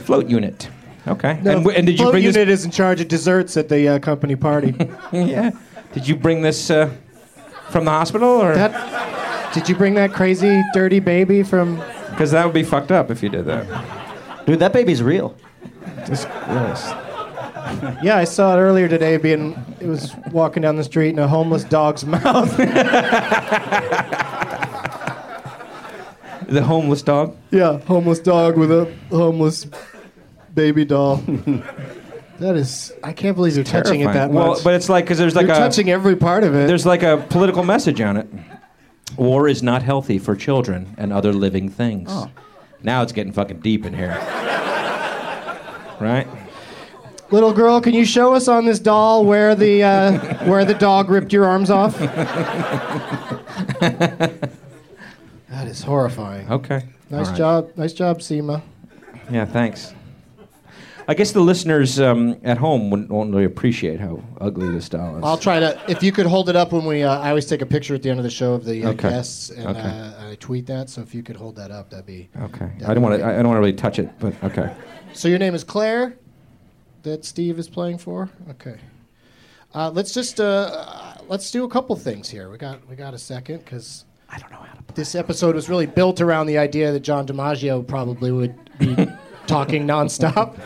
[SPEAKER 4] float unit. Okay. and, wh- and did you
[SPEAKER 2] Float
[SPEAKER 4] bring
[SPEAKER 2] unit is in charge of desserts at the uh, company party.
[SPEAKER 4] this? Yeah. Did you bring this uh, from the hospital, or
[SPEAKER 2] that, did you bring that crazy dirty baby from?
[SPEAKER 4] because that would be fucked up if you did that.
[SPEAKER 3] dude, that baby's real.
[SPEAKER 2] Yeah, I saw it earlier today. Being it was walking down the street in a homeless dog's mouth.
[SPEAKER 4] The homeless dog.
[SPEAKER 2] yeah, homeless dog with a homeless baby doll. that is, I can't believe you're touching it that
[SPEAKER 4] Terrifying. well,
[SPEAKER 2] much.
[SPEAKER 4] but it's like because there's like
[SPEAKER 2] you're
[SPEAKER 4] a
[SPEAKER 2] touching every part of it.
[SPEAKER 4] There's like a political message on it. War is not healthy for children and other living things.
[SPEAKER 2] Oh.
[SPEAKER 4] Now it's getting fucking deep in here. right?
[SPEAKER 2] Little girl, can you show us on this doll where the uh, where the dog ripped your arms off? that is horrifying.
[SPEAKER 4] Okay.
[SPEAKER 2] Nice
[SPEAKER 4] Oh, All right.
[SPEAKER 2] job, nice job, Seema.
[SPEAKER 4] Yeah, thanks. I guess the listeners um, at home wouldn't, won't really appreciate how ugly this doll is.
[SPEAKER 2] I'll try to. If you could hold it up when we, uh, I always take a picture at the end of the show of the uh,
[SPEAKER 4] Okay.
[SPEAKER 2] guests, and
[SPEAKER 4] Okay.
[SPEAKER 2] uh, I tweet that. So if you could hold that up, that'd be.
[SPEAKER 4] okay. I don't want to. I don't want to really touch it, but okay.
[SPEAKER 2] So your name is Claire, that Steve is playing for. Okay. Uh, let's just uh, uh, let's do a couple things here. We got we got a second because
[SPEAKER 3] I don't know how to.
[SPEAKER 2] this episode was really built around the idea that John DiMaggio probably would be talking nonstop.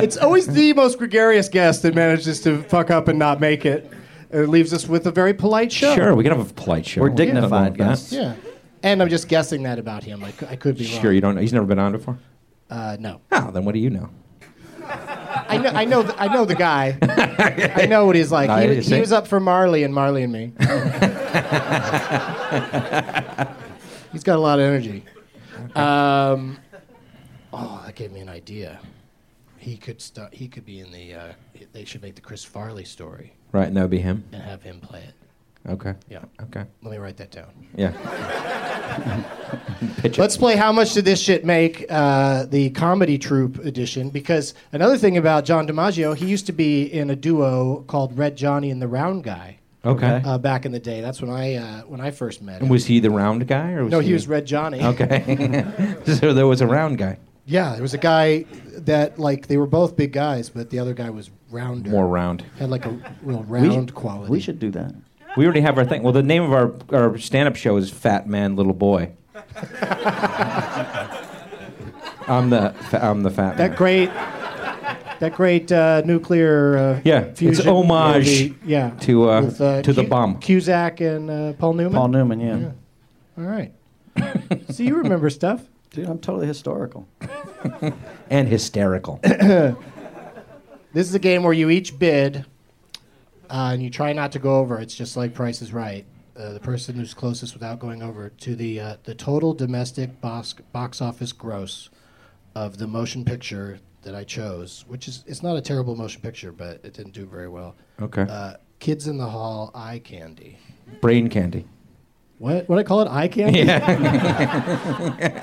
[SPEAKER 2] it's always the most gregarious guest that manages to fuck up and not make it. And it leaves us with a very polite show.
[SPEAKER 4] Sure, we can have a polite show.
[SPEAKER 3] We're
[SPEAKER 4] Nothing wrong
[SPEAKER 3] dignified
[SPEAKER 4] with that.
[SPEAKER 3] guests.
[SPEAKER 2] Oh, Yeah. And I'm just guessing that about him. I, c- I could be wrong.
[SPEAKER 4] Sure, you don't know. He's never been on before.
[SPEAKER 2] Uh, no.
[SPEAKER 4] Oh, then what do you know?
[SPEAKER 2] I know, I know, th- I know the guy. I know what he's like.
[SPEAKER 4] No,
[SPEAKER 2] he,
[SPEAKER 4] I
[SPEAKER 2] was-
[SPEAKER 4] didn't
[SPEAKER 2] he
[SPEAKER 4] say-
[SPEAKER 2] was up for Marley and Marley and me. he's got a lot of energy. Um, oh, that gave me an idea. He could stu- He could be in the. Uh, they should make the Chris Farley story
[SPEAKER 4] Right, and that would be him.
[SPEAKER 2] and have him play it.
[SPEAKER 4] Okay.
[SPEAKER 2] Yeah.
[SPEAKER 4] Okay.
[SPEAKER 2] Let me write that down.
[SPEAKER 4] Yeah. Pitch it.
[SPEAKER 2] Let's play How Much Did This Shit Make, uh, the comedy troupe edition, because another thing about John DiMaggio, he used to be in a duo called Red Johnny and the Round Guy
[SPEAKER 4] okay.
[SPEAKER 2] uh, back in the day. That's when I uh, when I first met him.
[SPEAKER 4] and was he the round guy or was
[SPEAKER 2] no, he was Red Johnny.
[SPEAKER 4] Okay. so there was a round guy.
[SPEAKER 2] Yeah, there was a guy that, like, they were both big guys, but the other guy was rounder.
[SPEAKER 4] More round.
[SPEAKER 2] Had, like, a real
[SPEAKER 3] We sh-
[SPEAKER 2] round quality.
[SPEAKER 3] We should do that.
[SPEAKER 4] We already have our thing. Well, the name of our, our stand up show is Fat Man Little Boy. I'm the fa- I'm the fat
[SPEAKER 2] That
[SPEAKER 4] man.
[SPEAKER 2] great... That great uh, nuclear uh,
[SPEAKER 4] Yeah, it's
[SPEAKER 2] fusion
[SPEAKER 4] homage
[SPEAKER 2] movie, yeah
[SPEAKER 4] to, uh, to the
[SPEAKER 2] Cu-
[SPEAKER 4] bomb.
[SPEAKER 2] Cusack and uh, Paul Newman
[SPEAKER 3] Paul Newman, yeah.
[SPEAKER 2] All right. so you remember stuff.
[SPEAKER 3] Dude, I'm totally historical.
[SPEAKER 4] and hysterical.
[SPEAKER 2] This is a game where you each bid uh, and you try not to go over. It's just like Price is Right. Uh, the person who's closest without going over to the, uh, the total domestic box, box office gross of the motion picture that I chose, which is it's not a terrible motion picture, but it didn't do very well.
[SPEAKER 4] Okay.
[SPEAKER 2] Uh, Kids in the Hall Eye Candy.
[SPEAKER 4] Brain candy.
[SPEAKER 2] What what I call it eye candy?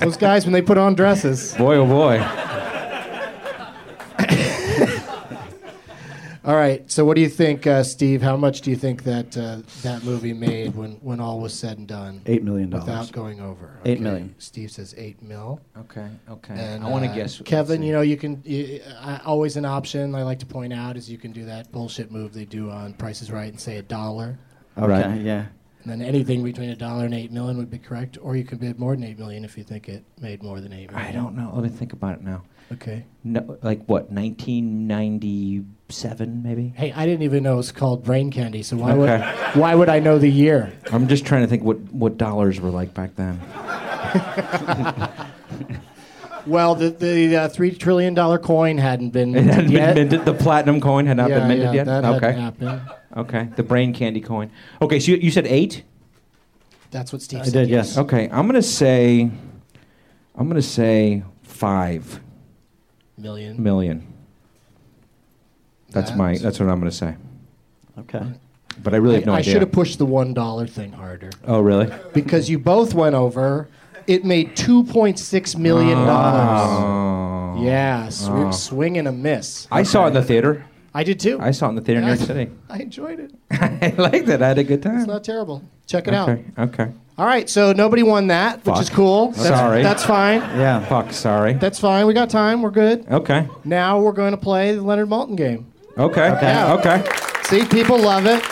[SPEAKER 2] Those guys when they put on dresses.
[SPEAKER 4] Boy oh boy.
[SPEAKER 2] All right. So, what do you think, uh, Steve? How much do you think that uh, that movie made when, when all was said and done?
[SPEAKER 3] Eight million dollars.
[SPEAKER 2] Without going over.
[SPEAKER 3] Eight million.
[SPEAKER 2] Steve says eight mil.
[SPEAKER 4] Okay. Okay.
[SPEAKER 2] And,
[SPEAKER 4] I want to
[SPEAKER 2] uh,
[SPEAKER 4] guess.
[SPEAKER 2] Kevin, you know, you can you, uh, always an option I like to point out is you can do that bullshit move they do on Price is Right and say a dollar.
[SPEAKER 3] Okay,
[SPEAKER 4] Right.
[SPEAKER 3] yeah.
[SPEAKER 2] And then anything between a dollar and eight million would be correct, or you could bid more than eight million if you think it made more than eight million.
[SPEAKER 4] I don't know. Let me think about it now.
[SPEAKER 2] Okay.
[SPEAKER 4] No, like what? 1997, maybe.
[SPEAKER 2] Hey, I didn't even know it's called brain candy, so why
[SPEAKER 4] Okay.
[SPEAKER 2] would why would I know the year?
[SPEAKER 4] I'm just trying to think what what dollars were like back then.
[SPEAKER 2] Well, the, the uh, three trillion dollar coin hadn't been
[SPEAKER 4] It
[SPEAKER 2] minted
[SPEAKER 4] hadn't
[SPEAKER 2] yet.
[SPEAKER 4] been minted. The platinum coin had not
[SPEAKER 2] yeah,
[SPEAKER 4] been minted
[SPEAKER 2] yeah,
[SPEAKER 4] yet.
[SPEAKER 2] That
[SPEAKER 4] okay.
[SPEAKER 2] hadn't happened.
[SPEAKER 4] Okay. The brain candy coin. Okay. So you, you said eight.
[SPEAKER 2] That's what Steve
[SPEAKER 3] I
[SPEAKER 2] said.
[SPEAKER 3] did, yes.
[SPEAKER 4] Okay. I'm gonna say. I'm gonna say five
[SPEAKER 2] Million.
[SPEAKER 4] million. That's my. That's what I'm gonna say.
[SPEAKER 3] Okay.
[SPEAKER 4] But I really have no
[SPEAKER 2] I,
[SPEAKER 4] idea.
[SPEAKER 2] should have pushed the one dollar thing harder
[SPEAKER 4] Oh really?
[SPEAKER 2] because you both went over. It made two point six million dollars.
[SPEAKER 4] Oh.
[SPEAKER 2] Yeah, sw- swing and a miss.
[SPEAKER 4] I saw it in the theater.
[SPEAKER 2] I did too.
[SPEAKER 4] I saw it in the theater in New
[SPEAKER 2] I,
[SPEAKER 4] York City.
[SPEAKER 2] I enjoyed it.
[SPEAKER 4] I liked it. I had a good time.
[SPEAKER 2] It's not terrible. Check it out.
[SPEAKER 4] okay. Okay.
[SPEAKER 2] All right, so nobody won that, which is
[SPEAKER 4] Fuck.
[SPEAKER 2] cool. That's,
[SPEAKER 4] Sorry.
[SPEAKER 2] That's fine.
[SPEAKER 3] Yeah.
[SPEAKER 4] Fuck. Sorry.
[SPEAKER 2] That's fine. We got time. We're good.
[SPEAKER 4] Okay.
[SPEAKER 2] Now we're going to play the Leonard Malton game.
[SPEAKER 4] Okay.
[SPEAKER 2] Yeah.
[SPEAKER 4] Okay.
[SPEAKER 2] See, people love it.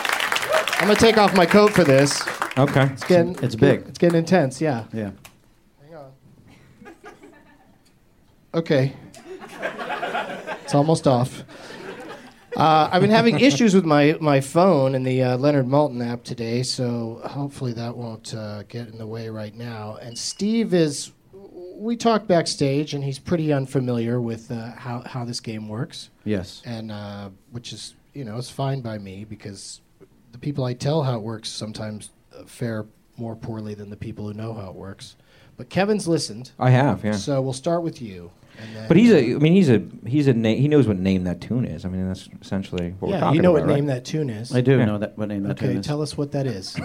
[SPEAKER 2] I'm gonna take off my coat for this. It's
[SPEAKER 4] Okay.
[SPEAKER 2] getting
[SPEAKER 3] It's big.
[SPEAKER 2] It's getting intense. Yeah.
[SPEAKER 3] Yeah.
[SPEAKER 2] Okay. It's almost off. Uh, I've been having issues with my my phone and the uh, Leonard Malton app today, so hopefully that won't uh, get in the way right now. And Steve is. We talked backstage, and he's pretty unfamiliar with uh, how how this game works.
[SPEAKER 3] Yes.
[SPEAKER 2] and uh, which is you know it's fine by me because the people I tell how it works sometimes uh, fare more poorly than the people who know how it works. But Kevin's listened,
[SPEAKER 4] I have. Yeah.
[SPEAKER 2] so we'll start with you. And then,
[SPEAKER 4] but he's a. I mean, he's a. He's a. Na- he knows what name that tune is. I mean, that's essentially what we're
[SPEAKER 2] yeah,
[SPEAKER 4] talking
[SPEAKER 2] you know
[SPEAKER 4] about.
[SPEAKER 2] what name
[SPEAKER 4] right?
[SPEAKER 2] that tune is.
[SPEAKER 3] I do know that what name that
[SPEAKER 2] okay,
[SPEAKER 3] tune is.
[SPEAKER 2] tell us what that is.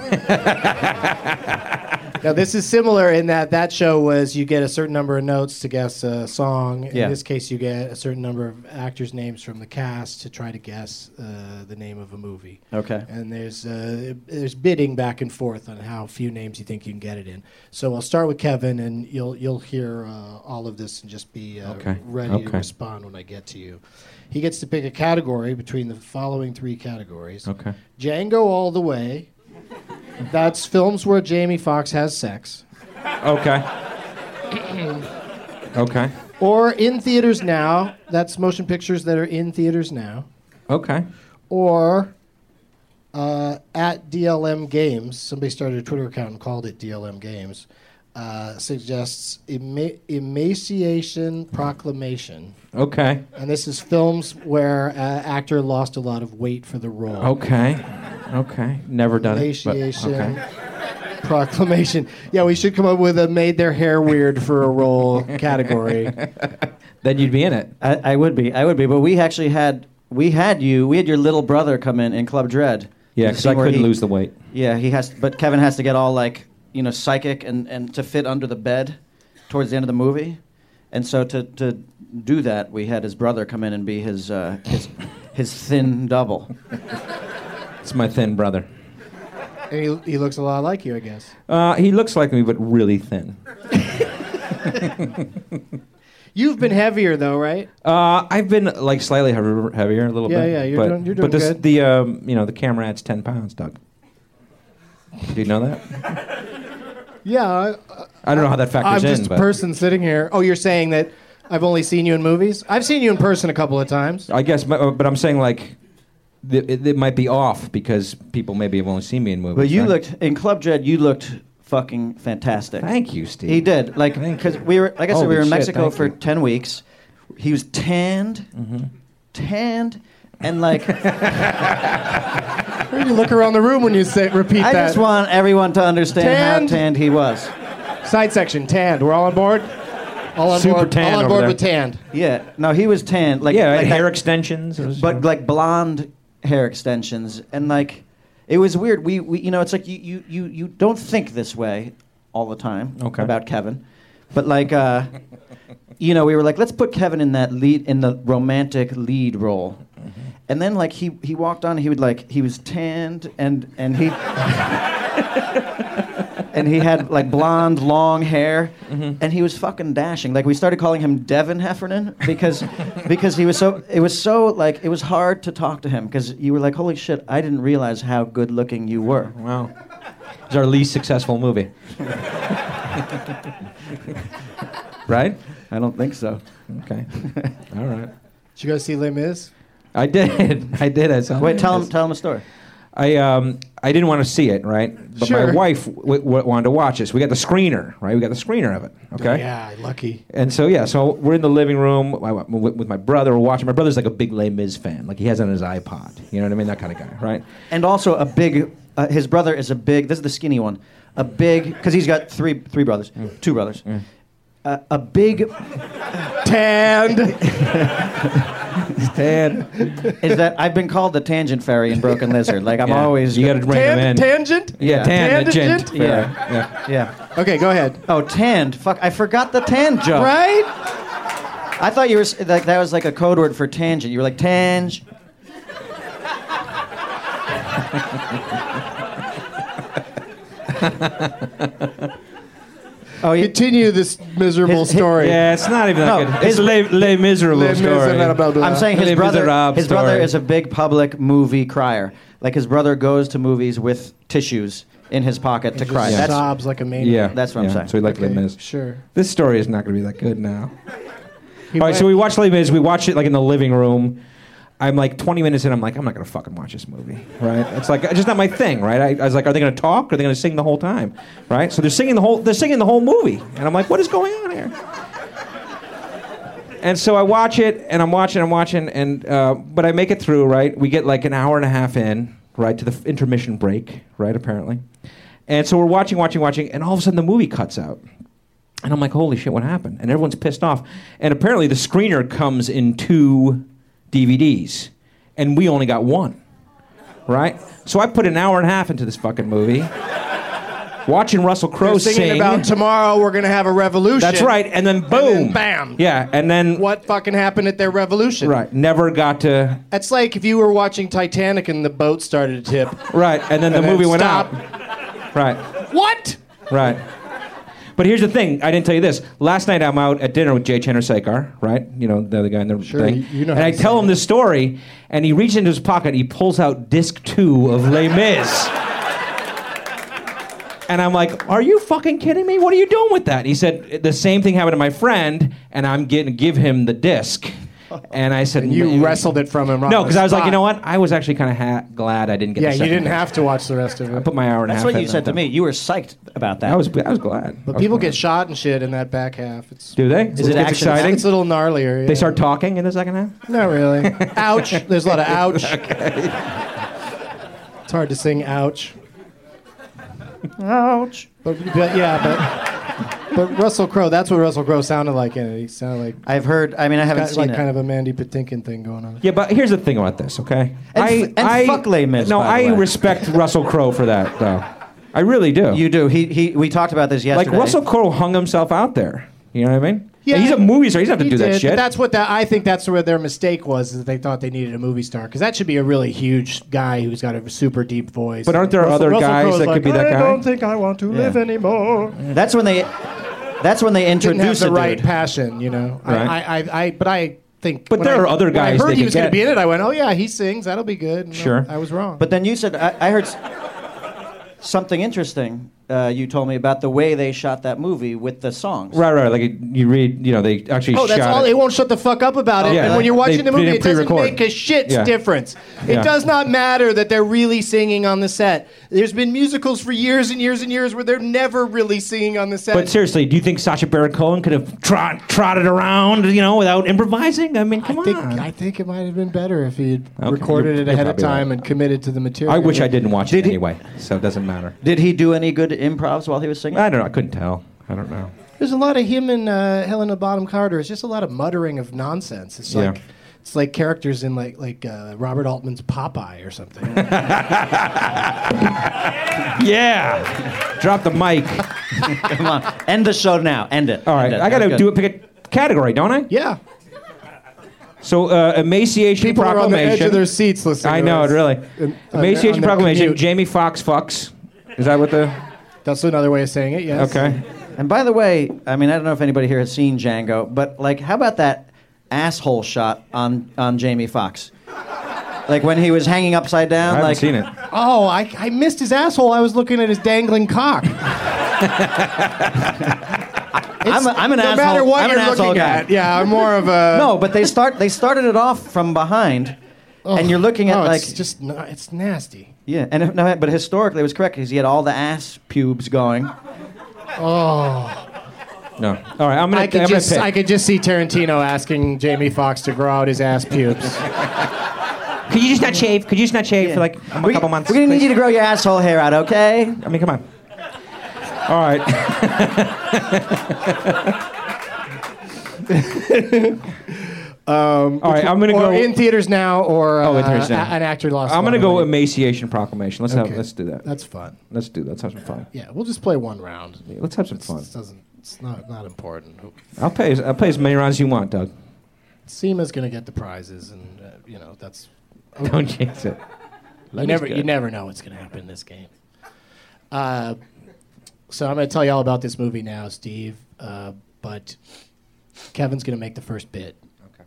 [SPEAKER 2] now this is similar in that that show was you get a certain number of notes to guess a song. In
[SPEAKER 3] Yeah.
[SPEAKER 2] this case, you get a certain number of actors' names from the cast to try to guess uh, the name of a movie.
[SPEAKER 3] Okay.
[SPEAKER 2] And there's uh, there's bidding back and forth on how few names you think you can get it in. So I'll start with Kevin, and you'll you'll hear uh, all of this and just be uh,
[SPEAKER 4] Okay.
[SPEAKER 2] ready to
[SPEAKER 4] Okay.
[SPEAKER 2] respond when I get to you. He gets to pick a category between the following three categories:
[SPEAKER 4] Okay.
[SPEAKER 2] Django All the Way. That's films where Jamie Foxx has sex,
[SPEAKER 4] Okay. okay.
[SPEAKER 2] or in theaters now. That's motion pictures that are in theaters now,
[SPEAKER 4] Okay.
[SPEAKER 2] or uh, at DLM Games. Somebody started a Twitter account and called it DLM Games. uh, suggests ema- Emaciation Proclamation.
[SPEAKER 4] Okay.
[SPEAKER 2] And this is films where uh, actor lost a lot of weight for the role.
[SPEAKER 4] Oh, Okay. Okay. Never done it. but-
[SPEAKER 2] Emaciation
[SPEAKER 4] okay.
[SPEAKER 2] Proclamation. Yeah, we should come up with a made their hair weird for a role category.
[SPEAKER 4] Then you'd be in it.
[SPEAKER 3] I, I would be. I would be. But we actually had we had you. We had your little brother come in in Club Dread.
[SPEAKER 4] Yeah,
[SPEAKER 3] The
[SPEAKER 4] because I
[SPEAKER 3] scene where
[SPEAKER 4] couldn't
[SPEAKER 3] he-
[SPEAKER 4] lose the weight.
[SPEAKER 3] Yeah, he has. But Kevin has to get all like you know psychic and and to fit under the bed towards the end of the movie, and so to to do that, we had his brother come in and be his uh, his his thin double.
[SPEAKER 4] It's my thin brother.
[SPEAKER 2] And he, he looks a lot like you, I guess.
[SPEAKER 4] Uh, he looks like me, but really thin.
[SPEAKER 2] You've been heavier though, right?
[SPEAKER 4] Uh, I've been like slightly heavier, heavier a little
[SPEAKER 2] Yeah,
[SPEAKER 4] bit.
[SPEAKER 2] yeah, you're
[SPEAKER 4] but,
[SPEAKER 2] doing- you're
[SPEAKER 4] But
[SPEAKER 2] doing
[SPEAKER 4] this,
[SPEAKER 2] good.
[SPEAKER 4] the um, you know the camera adds ten pounds, Doug. Do you know that?
[SPEAKER 2] Yeah,
[SPEAKER 4] I don't know how that factors
[SPEAKER 2] I'm
[SPEAKER 4] in.
[SPEAKER 2] just a
[SPEAKER 4] but
[SPEAKER 2] person sitting here. Oh, you're saying that I've only seen you in movies? I've seen you in person a couple of times.
[SPEAKER 4] I guess, my, uh, but I'm saying like, th- it, it might be off because people maybe have only seen me in movies.
[SPEAKER 3] But you
[SPEAKER 4] right?
[SPEAKER 3] looked in Club Dread. You looked fucking fantastic.
[SPEAKER 4] Thank you, Steve.
[SPEAKER 3] He did. Like
[SPEAKER 4] Thank
[SPEAKER 3] because
[SPEAKER 4] you.
[SPEAKER 3] we were like I said,
[SPEAKER 4] Holy
[SPEAKER 3] we were in
[SPEAKER 4] shit,
[SPEAKER 3] Mexico
[SPEAKER 4] thank
[SPEAKER 3] for
[SPEAKER 4] you. Mm-hmm.
[SPEAKER 3] ten weeks. He was tanned, tanned, and like I
[SPEAKER 2] Where do you look around the room when you say repeat that?
[SPEAKER 3] just want everyone to understand
[SPEAKER 2] Tanned?
[SPEAKER 3] how tanned he was.
[SPEAKER 2] Side section tanned. We're all on board. All on
[SPEAKER 4] Super
[SPEAKER 2] board.
[SPEAKER 4] tan
[SPEAKER 2] all on
[SPEAKER 4] over
[SPEAKER 2] board
[SPEAKER 4] there.
[SPEAKER 2] with tanned.
[SPEAKER 3] Yeah. No, he was tanned. Like
[SPEAKER 4] yeah, I
[SPEAKER 3] like
[SPEAKER 4] had
[SPEAKER 3] that-
[SPEAKER 4] hair extensions. It was-
[SPEAKER 3] but like blonde hair extensions and like it was weird we, we you know it's like you, you you you don't think this way all the time
[SPEAKER 4] Okay.
[SPEAKER 3] about kevin but like uh you know we were like let's put kevin in that lead in the romantic lead role and then like he he walked on he would like he was tanned and and he and he had like blonde long hair and he was fucking dashing like we started calling him devin heffernan because because he was so it was so like it was hard to talk to him because you were like holy shit i didn't realize how good looking you were
[SPEAKER 4] wow, it's our least successful movie. right?
[SPEAKER 3] i don't think so
[SPEAKER 4] Okay. All right.
[SPEAKER 2] Did you go see Les Mis?
[SPEAKER 4] I did. I did. I saw.
[SPEAKER 3] wait tell him tell him a story
[SPEAKER 4] I um I didn't want to see it, right? But
[SPEAKER 2] Sure.
[SPEAKER 4] my wife w- w- wanted to watch this. We got the screener, right? We got the screener of it. Okay.
[SPEAKER 2] Yeah, lucky.
[SPEAKER 4] And so yeah, so we're in the living room I- w- with my brother. We're watching. My brother's like a big Les Mis fan. Like he has it on his iPod. You know what I mean? That kind of guy, right?
[SPEAKER 3] and also a big uh, his brother is a big this is the skinny one a big because he's got three three brothers
[SPEAKER 4] Mm.
[SPEAKER 3] two brothers uh, a big
[SPEAKER 2] Tanned.
[SPEAKER 4] Tan.
[SPEAKER 3] is that I've been called the tangent fairy in Broken Lizard. Like I'm
[SPEAKER 4] Yeah.
[SPEAKER 3] always
[SPEAKER 4] You got to bring him in.
[SPEAKER 2] Tan- tangent?
[SPEAKER 4] Yeah, tan. the
[SPEAKER 2] Tangent?
[SPEAKER 4] gent.
[SPEAKER 3] Yeah.
[SPEAKER 4] yeah.
[SPEAKER 3] yeah.
[SPEAKER 2] Okay, go ahead.
[SPEAKER 3] Oh, tanned. Fuck, I forgot the tan joke.
[SPEAKER 2] Right?
[SPEAKER 3] I thought you were s- like that was like a code word for tangent. You were like tange. oh, yeah.
[SPEAKER 2] Continue this miserable
[SPEAKER 3] His- his-
[SPEAKER 2] story.
[SPEAKER 4] Yeah, it's not even that
[SPEAKER 3] No,
[SPEAKER 4] good. It's
[SPEAKER 3] his-
[SPEAKER 4] Les, Les Miserable
[SPEAKER 2] Les Mis
[SPEAKER 4] story.
[SPEAKER 2] and blah, blah, blah.
[SPEAKER 3] I'm saying
[SPEAKER 4] Les
[SPEAKER 3] his brother.
[SPEAKER 4] Miserables
[SPEAKER 3] His brother
[SPEAKER 4] story.
[SPEAKER 3] is a big public movie crier. Like his brother goes to movies with tissues in his pocket to
[SPEAKER 2] Just
[SPEAKER 3] cry. That's
[SPEAKER 2] sobs like a
[SPEAKER 4] Yeah,
[SPEAKER 2] maniac.
[SPEAKER 3] That's what I'm
[SPEAKER 4] yeah.
[SPEAKER 3] saying.
[SPEAKER 4] So we like
[SPEAKER 2] Okay,
[SPEAKER 4] Les Mis.
[SPEAKER 2] sure.
[SPEAKER 4] This story is not going to be that good now.
[SPEAKER 2] He
[SPEAKER 4] All right,
[SPEAKER 2] went-
[SPEAKER 4] so we watch Les Mis. We watch it like in the living room. I'm like 20 minutes in. I'm like, I'm not gonna fucking watch this movie, right? It's like it's just not my thing, right? I, I was like, are they gonna talk? Or are they gonna sing the whole time, right? So they're singing the whole they're singing the whole movie, and I'm like, what is going on here? And so I watch it, and I'm watching, I'm watching, and uh, but I make it through, right? We get like an hour and a half in, right, to the f- intermission break, right? Apparently, and so we're watching, watching, watching, and all of a sudden the movie cuts out, and I'm like, holy shit, what happened? And everyone's pissed off. And apparently the screener comes in two DVDs, and we only got one, right? So I put an hour and a half into this fucking movie, watching Russell Crowe
[SPEAKER 2] They're singing
[SPEAKER 4] sing.
[SPEAKER 2] about tomorrow we're going to have a revolution.
[SPEAKER 4] That's right, and then
[SPEAKER 2] then
[SPEAKER 4] boom,
[SPEAKER 2] bam.
[SPEAKER 4] yeah, and then
[SPEAKER 2] What fucking happened at their revolution?
[SPEAKER 4] Right. Never got to.
[SPEAKER 2] That's like if you were watching Titanic and the boat started to tip.
[SPEAKER 4] Right. And then the
[SPEAKER 2] And then
[SPEAKER 4] movie went
[SPEAKER 2] stop.
[SPEAKER 4] out. Right.
[SPEAKER 2] What?
[SPEAKER 4] Right. But here's the thing. I didn't tell you this. Last night I'm out at dinner with Jay Chandrasekhar, right? You know, the other guy in the
[SPEAKER 2] Sure,
[SPEAKER 4] thing.
[SPEAKER 2] you know
[SPEAKER 4] and
[SPEAKER 2] how
[SPEAKER 4] I
[SPEAKER 2] to
[SPEAKER 4] tell
[SPEAKER 2] say
[SPEAKER 4] him this story, and he reaches into his pocket. He pulls out disc two of Les Mis. And I'm like, are you fucking kidding me? What are you doing with that? And he said, the same thing happened to my friend, and I'm getting give him the disc. And I said,
[SPEAKER 2] You
[SPEAKER 4] "Man."
[SPEAKER 2] wrestled it from him. on
[SPEAKER 4] No,
[SPEAKER 2] the
[SPEAKER 4] because I was like,
[SPEAKER 2] spot.
[SPEAKER 4] you know what? I was actually kind of ha- glad I didn't get.
[SPEAKER 2] Yeah,
[SPEAKER 4] the
[SPEAKER 2] you
[SPEAKER 4] second
[SPEAKER 2] didn't
[SPEAKER 4] date.
[SPEAKER 2] have to watch the rest of
[SPEAKER 4] I
[SPEAKER 2] it.
[SPEAKER 4] put my hour and a
[SPEAKER 3] That's
[SPEAKER 4] half.
[SPEAKER 3] what
[SPEAKER 4] in
[SPEAKER 3] you said to
[SPEAKER 4] though.
[SPEAKER 3] me. You were psyched about that.
[SPEAKER 4] I was I was glad. I
[SPEAKER 2] But
[SPEAKER 4] was
[SPEAKER 2] people
[SPEAKER 4] glad.
[SPEAKER 2] get shot and shit in that back half. It's
[SPEAKER 4] do they?
[SPEAKER 3] it
[SPEAKER 4] gets
[SPEAKER 3] action?
[SPEAKER 4] exciting?
[SPEAKER 2] It's a little gnarlier.
[SPEAKER 4] They
[SPEAKER 2] yeah.
[SPEAKER 4] start talking in the second half.
[SPEAKER 2] Not really. ouch. There's a lot of ouch. It's hard to sing ouch.
[SPEAKER 3] Ouch.
[SPEAKER 2] But, but yeah, but but Russell Crowe, that's what Russell Crowe sounded like in it. He sounded like
[SPEAKER 3] I've heard. I mean, I haven't
[SPEAKER 2] got,
[SPEAKER 3] seen
[SPEAKER 2] like
[SPEAKER 3] it.
[SPEAKER 2] kind of a Mandy Patinkin thing going on.
[SPEAKER 4] Yeah, but here's the thing about this, okay?
[SPEAKER 3] And f- and fuck Les Mis,
[SPEAKER 4] No,
[SPEAKER 3] by the
[SPEAKER 4] I
[SPEAKER 3] way.
[SPEAKER 4] respect Russell Crowe for that, though. I really do.
[SPEAKER 3] you do. He he. We talked about this
[SPEAKER 4] like
[SPEAKER 3] yesterday.
[SPEAKER 4] Russell Crowe hung himself out there. You know what I mean?
[SPEAKER 2] Yeah,
[SPEAKER 4] And he's a movie star. He doesn't have to
[SPEAKER 2] He
[SPEAKER 4] do
[SPEAKER 2] did,
[SPEAKER 4] that
[SPEAKER 2] but
[SPEAKER 4] shit.
[SPEAKER 2] That's what that, I think. That's where their mistake was. Is that they thought they needed a movie star because that should be a really huge guy who's got a super deep voice.
[SPEAKER 4] But aren't there
[SPEAKER 2] Russell-
[SPEAKER 4] other
[SPEAKER 2] Russell
[SPEAKER 4] guys
[SPEAKER 2] Crowe's
[SPEAKER 4] that could
[SPEAKER 2] like,
[SPEAKER 4] be that
[SPEAKER 2] I
[SPEAKER 4] guy?"
[SPEAKER 2] don't think I want to live anymore.
[SPEAKER 3] That's when they. That's when they
[SPEAKER 2] Didn't have
[SPEAKER 3] introduced
[SPEAKER 2] the
[SPEAKER 3] a
[SPEAKER 2] right
[SPEAKER 3] dude.
[SPEAKER 2] passion, you know. I-
[SPEAKER 4] Right.
[SPEAKER 2] I, I, I, but I think.
[SPEAKER 4] But
[SPEAKER 2] when
[SPEAKER 4] there
[SPEAKER 2] I-
[SPEAKER 4] are other
[SPEAKER 2] when
[SPEAKER 4] guys
[SPEAKER 2] I heard
[SPEAKER 4] they
[SPEAKER 2] he
[SPEAKER 4] could
[SPEAKER 2] was going to
[SPEAKER 4] get.
[SPEAKER 2] be in it. I went, oh yeah, he sings. That'll be good. And
[SPEAKER 4] Sure.
[SPEAKER 2] I was wrong.
[SPEAKER 3] But then you said I, I heard s- something interesting. Uh, you told me about the way they shot that movie with the songs.
[SPEAKER 4] right, right. Like you read, you know, they actually
[SPEAKER 2] Oh, that's
[SPEAKER 4] shot
[SPEAKER 2] all.
[SPEAKER 4] it.
[SPEAKER 2] They won't shut the fuck up about it.
[SPEAKER 4] Yeah.
[SPEAKER 2] and when you're
[SPEAKER 4] They-
[SPEAKER 2] watching
[SPEAKER 4] they
[SPEAKER 2] the movie,
[SPEAKER 4] didn't
[SPEAKER 2] it doesn't
[SPEAKER 4] pre-record.
[SPEAKER 2] make a shit's
[SPEAKER 4] Yeah.
[SPEAKER 2] difference.
[SPEAKER 4] Yeah.
[SPEAKER 2] It does not matter that they're really singing on the set. There's been musicals for years and years and years where they're never really singing on the set.
[SPEAKER 4] But seriously, do you think Sacha Baron Cohen could have trot, trotted around, you know, without improvising? I mean, come
[SPEAKER 2] I think,
[SPEAKER 4] on.
[SPEAKER 2] I think it might have been better if he had
[SPEAKER 4] Okay,
[SPEAKER 2] recorded
[SPEAKER 4] you're-
[SPEAKER 2] it
[SPEAKER 4] you're
[SPEAKER 2] ahead of
[SPEAKER 4] probably
[SPEAKER 2] time
[SPEAKER 4] right.
[SPEAKER 2] and committed to the material.
[SPEAKER 4] I wish I didn't watch it
[SPEAKER 3] Did he-
[SPEAKER 4] anyway, so it doesn't matter.
[SPEAKER 3] Did he do any good improvs while he was singing?
[SPEAKER 4] I don't know. I couldn't tell. I don't know.
[SPEAKER 2] There's a lot of him and uh, Helena Bottom Carter. It's just a lot of muttering of nonsense. It's
[SPEAKER 4] Yeah.
[SPEAKER 2] like it's like characters in like like uh, Robert Altman's Popeye or something.
[SPEAKER 4] Yeah. Drop the mic.
[SPEAKER 3] Come on, end the show now. End it.
[SPEAKER 4] All right.
[SPEAKER 3] End
[SPEAKER 4] I got to
[SPEAKER 3] Good.
[SPEAKER 4] do it. Pick a category, don't I?
[SPEAKER 2] yeah,
[SPEAKER 4] So uh, emaciation
[SPEAKER 2] people are on
[SPEAKER 4] proclamation.
[SPEAKER 2] the edge of their seats listening.
[SPEAKER 4] I
[SPEAKER 2] to
[SPEAKER 4] know it
[SPEAKER 2] this.
[SPEAKER 4] really.
[SPEAKER 2] And- on their-
[SPEAKER 4] emaciation
[SPEAKER 2] on their
[SPEAKER 4] proclamation.
[SPEAKER 2] commute.
[SPEAKER 4] Jamie Foxx fucks. Is that what the?
[SPEAKER 2] That's another way of saying it. Yes.
[SPEAKER 4] Okay.
[SPEAKER 3] And by the way, I mean I don't know if anybody here has seen Django, but like, how about that asshole shot on on Jamie Foxx? Like when he was hanging upside
[SPEAKER 4] I
[SPEAKER 3] down.
[SPEAKER 4] haven't
[SPEAKER 3] like,
[SPEAKER 4] seen it.
[SPEAKER 2] Oh, I, I missed his asshole. I was looking at his dangling cock.
[SPEAKER 3] I'm, a, I'm an
[SPEAKER 2] no
[SPEAKER 3] asshole.
[SPEAKER 2] matter what
[SPEAKER 3] I'm
[SPEAKER 2] you're
[SPEAKER 3] an asshole
[SPEAKER 2] looking
[SPEAKER 3] guy.
[SPEAKER 2] at, yeah, I'm more of a
[SPEAKER 3] No, but they start they started it off from behind, and you're looking at
[SPEAKER 2] No,
[SPEAKER 3] like
[SPEAKER 2] it's just no, it's nasty.
[SPEAKER 3] yeah, and if- no, but historically it was correct because he had all the ass pubes going.
[SPEAKER 4] No. All right. I'm gonna.
[SPEAKER 2] I could
[SPEAKER 4] am
[SPEAKER 2] just
[SPEAKER 4] gonna
[SPEAKER 2] I
[SPEAKER 4] pick.
[SPEAKER 2] could just see Tarantino asking Jamie Foxx to grow out his ass pubes.
[SPEAKER 4] could you just not shave? Could you just not shave for like a
[SPEAKER 3] We-
[SPEAKER 4] couple months?
[SPEAKER 3] We're gonna need
[SPEAKER 4] please?
[SPEAKER 3] you to grow your asshole hair out, okay?
[SPEAKER 4] I mean, come on. All right. All right. I'm gonna
[SPEAKER 2] Um, or
[SPEAKER 4] go.
[SPEAKER 2] in theaters now, or uh,
[SPEAKER 4] oh, in theaters now.
[SPEAKER 2] a- an actor lost.
[SPEAKER 4] I'm gonna
[SPEAKER 2] one
[SPEAKER 4] go
[SPEAKER 2] already.
[SPEAKER 4] emaciation proclamation. Let's
[SPEAKER 2] Okay.
[SPEAKER 4] have. Let's do that.
[SPEAKER 2] That's fun.
[SPEAKER 4] let's do. that. Let's have some fun.
[SPEAKER 2] Yeah, we'll just play one round. It
[SPEAKER 4] Let's have some fun.
[SPEAKER 2] doesn't. It's not not important.
[SPEAKER 4] I'll play. as- I'll play as many rounds as you want, Doug.
[SPEAKER 2] Seema's gonna get the prizes, and uh, you know that's.
[SPEAKER 4] Don't jinx it.
[SPEAKER 2] You never,
[SPEAKER 4] good.
[SPEAKER 2] you never know what's going to happen in this game. Uh, so I'm going to tell you all about this movie now, Steve. Uh, but Kevin's going to make the first bid. Okay.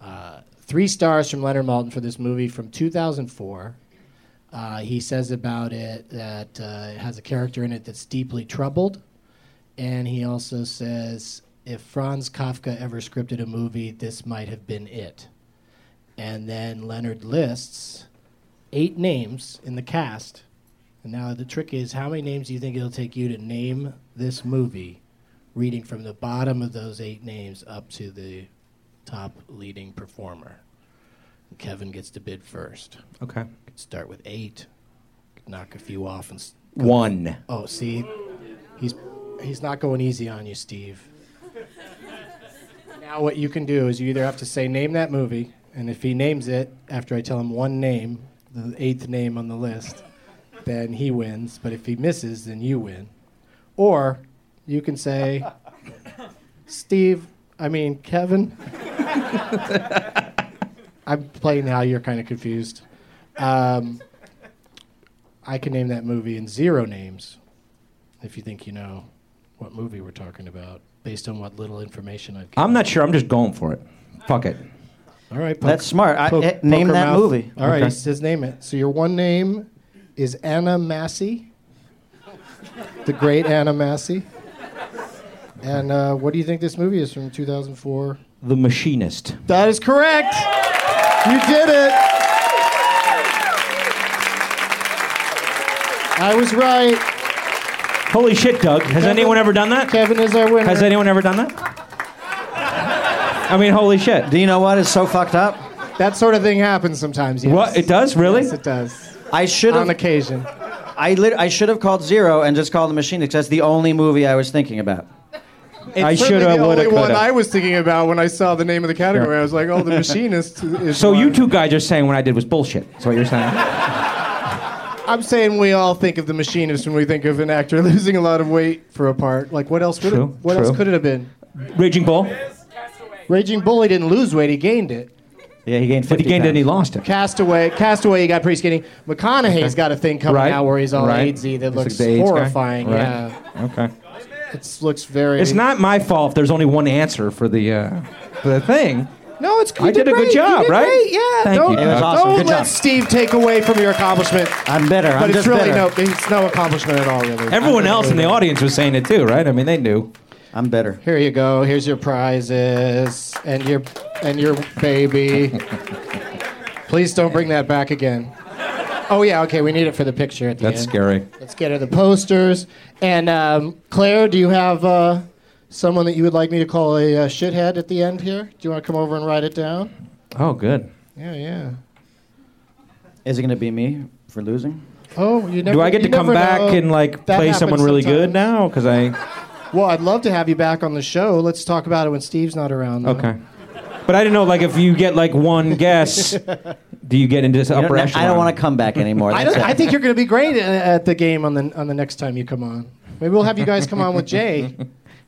[SPEAKER 2] Uh, three stars from Leonard Maltin for this movie from 2004. Uh, he says about it that uh, it has a character in it that's deeply troubled, and he also says if Franz Kafka ever scripted a movie, this might have been it. And then Leonard lists eight names in the cast. And now the trick is how many names do you think it'll take you to name this movie, reading from the bottom of those eight names up to the top leading performer? Kevin gets to bid first.
[SPEAKER 4] Okay.
[SPEAKER 2] Could Start with eight, could knock a few off, and s-
[SPEAKER 4] One.
[SPEAKER 2] oh, see, he's he's not going easy on you, Steve. Now what you can do is you either have to say name that movie, and if he names it after I tell him one name, the eighth name on the list, then he wins. But if he misses, then you win. Or you can say, Steve, I mean Kevin. I'm playing now. You're kind of confused. Um, I can name that movie in zero names if you think you know what movie we're talking about based on what little information I've given.
[SPEAKER 4] I'm not sure. I'm just going for it. Fuck it.
[SPEAKER 2] All right, poke-
[SPEAKER 3] That's smart. I,
[SPEAKER 2] poke-
[SPEAKER 3] eh, name
[SPEAKER 2] poker
[SPEAKER 3] that
[SPEAKER 2] mouth.
[SPEAKER 3] movie.
[SPEAKER 2] All right,
[SPEAKER 4] Okay.
[SPEAKER 2] he says name it. So your one name is Anna Massey, the great Anna Massey. And uh, what do you think this movie is from 2004?
[SPEAKER 4] The Machinist.
[SPEAKER 2] That is correct. You did it. I was right.
[SPEAKER 4] Holy shit, Doug. Has anyone ever done that?
[SPEAKER 2] Kevin is our winner.
[SPEAKER 4] Has anyone ever done that? I mean, holy shit.
[SPEAKER 3] Do you know what is so fucked up?
[SPEAKER 2] that sort of thing happens sometimes. Yes.
[SPEAKER 4] What? It does? Really?
[SPEAKER 2] Yes, it does.
[SPEAKER 3] I should
[SPEAKER 2] On
[SPEAKER 3] have.
[SPEAKER 2] occasion.
[SPEAKER 3] I, lit- I should have called zero and just called the machine. 'cause That's the only movie I was thinking about.
[SPEAKER 4] I
[SPEAKER 2] Certainly
[SPEAKER 4] should have,
[SPEAKER 2] The
[SPEAKER 4] would
[SPEAKER 2] only
[SPEAKER 4] have,
[SPEAKER 2] one
[SPEAKER 4] could
[SPEAKER 2] I
[SPEAKER 4] have.
[SPEAKER 2] was thinking about when I saw the name of the category,
[SPEAKER 4] Yeah.
[SPEAKER 2] I was like, "Oh, the machinist." Is
[SPEAKER 4] So you
[SPEAKER 2] one.
[SPEAKER 4] two guys are saying what I did was bullshit. That's what you're saying.
[SPEAKER 2] I'm saying we all think of the machinist when we think of an actor losing a lot of weight for a part. Like, what else would
[SPEAKER 4] True,
[SPEAKER 2] it, what
[SPEAKER 4] true.
[SPEAKER 2] else could it have been?
[SPEAKER 4] Raging Bull.
[SPEAKER 2] Raging Bull, he didn't lose weight; he gained it.
[SPEAKER 3] Yeah, he gained 50
[SPEAKER 4] But he gained
[SPEAKER 3] pounds.
[SPEAKER 4] it and he lost it.
[SPEAKER 2] Castaway, Castaway, he got pretty skinny. McConaughey's got a thing coming
[SPEAKER 4] Right,
[SPEAKER 2] out where he's all
[SPEAKER 4] right.
[SPEAKER 2] AIDSy that
[SPEAKER 4] It's
[SPEAKER 2] looks
[SPEAKER 4] like the AIDS guy.
[SPEAKER 2] horrifying.
[SPEAKER 4] Right.
[SPEAKER 2] Yeah,
[SPEAKER 4] Okay.
[SPEAKER 2] it looks very.
[SPEAKER 4] It's not my fault if there's only one answer for the uh, for the thing.
[SPEAKER 2] No, it's. you
[SPEAKER 4] I did a good
[SPEAKER 2] great. You
[SPEAKER 4] job,
[SPEAKER 2] did
[SPEAKER 4] right?
[SPEAKER 2] great. Yeah.
[SPEAKER 4] Thank
[SPEAKER 2] don't
[SPEAKER 4] you, Doug.
[SPEAKER 3] It was awesome.
[SPEAKER 2] don't
[SPEAKER 3] Good
[SPEAKER 2] let
[SPEAKER 3] job.
[SPEAKER 2] Steve take away from your accomplishment.
[SPEAKER 3] I'm bitter.
[SPEAKER 2] But
[SPEAKER 3] I'm
[SPEAKER 2] it's
[SPEAKER 3] just
[SPEAKER 2] really
[SPEAKER 3] bitter.
[SPEAKER 2] no. It's no accomplishment at all, really.
[SPEAKER 4] Everyone else in the audience was saying it too, right? I mean, they knew.
[SPEAKER 3] I'm bitter.
[SPEAKER 2] Here you go. Here's your prizes and your and your baby. Please don't bring that back again. Oh yeah, okay. We need it for the picture at the
[SPEAKER 4] That's
[SPEAKER 2] end.
[SPEAKER 4] scary.
[SPEAKER 2] Let's get her the posters. And um, Claire, do you have uh, someone that you would like me to call a uh, shithead at the end here? Do you want to come over and write it down?
[SPEAKER 4] Oh, good.
[SPEAKER 2] Yeah, yeah.
[SPEAKER 3] Is it going to be me for losing?
[SPEAKER 2] Oh, you never.
[SPEAKER 4] Do I get
[SPEAKER 2] you
[SPEAKER 4] to come
[SPEAKER 2] never
[SPEAKER 4] back
[SPEAKER 2] know.
[SPEAKER 4] and like
[SPEAKER 2] That
[SPEAKER 4] play
[SPEAKER 2] happens
[SPEAKER 4] someone really
[SPEAKER 2] sometimes.
[SPEAKER 4] good now? Because I
[SPEAKER 2] Well, I'd love to have you back on the show. Let's talk about it when Steve's not around. though.
[SPEAKER 4] okay. But I didn't know like if you get like one guess, do you get into this
[SPEAKER 3] You
[SPEAKER 4] upper
[SPEAKER 3] don't-
[SPEAKER 4] echelon?
[SPEAKER 3] I don't want to come back anymore.
[SPEAKER 2] I,
[SPEAKER 3] That's
[SPEAKER 2] don't,
[SPEAKER 3] it.
[SPEAKER 2] I think you're going to be great at, at the game on the on the next time you come on. Maybe we'll have you guys come on with Jay.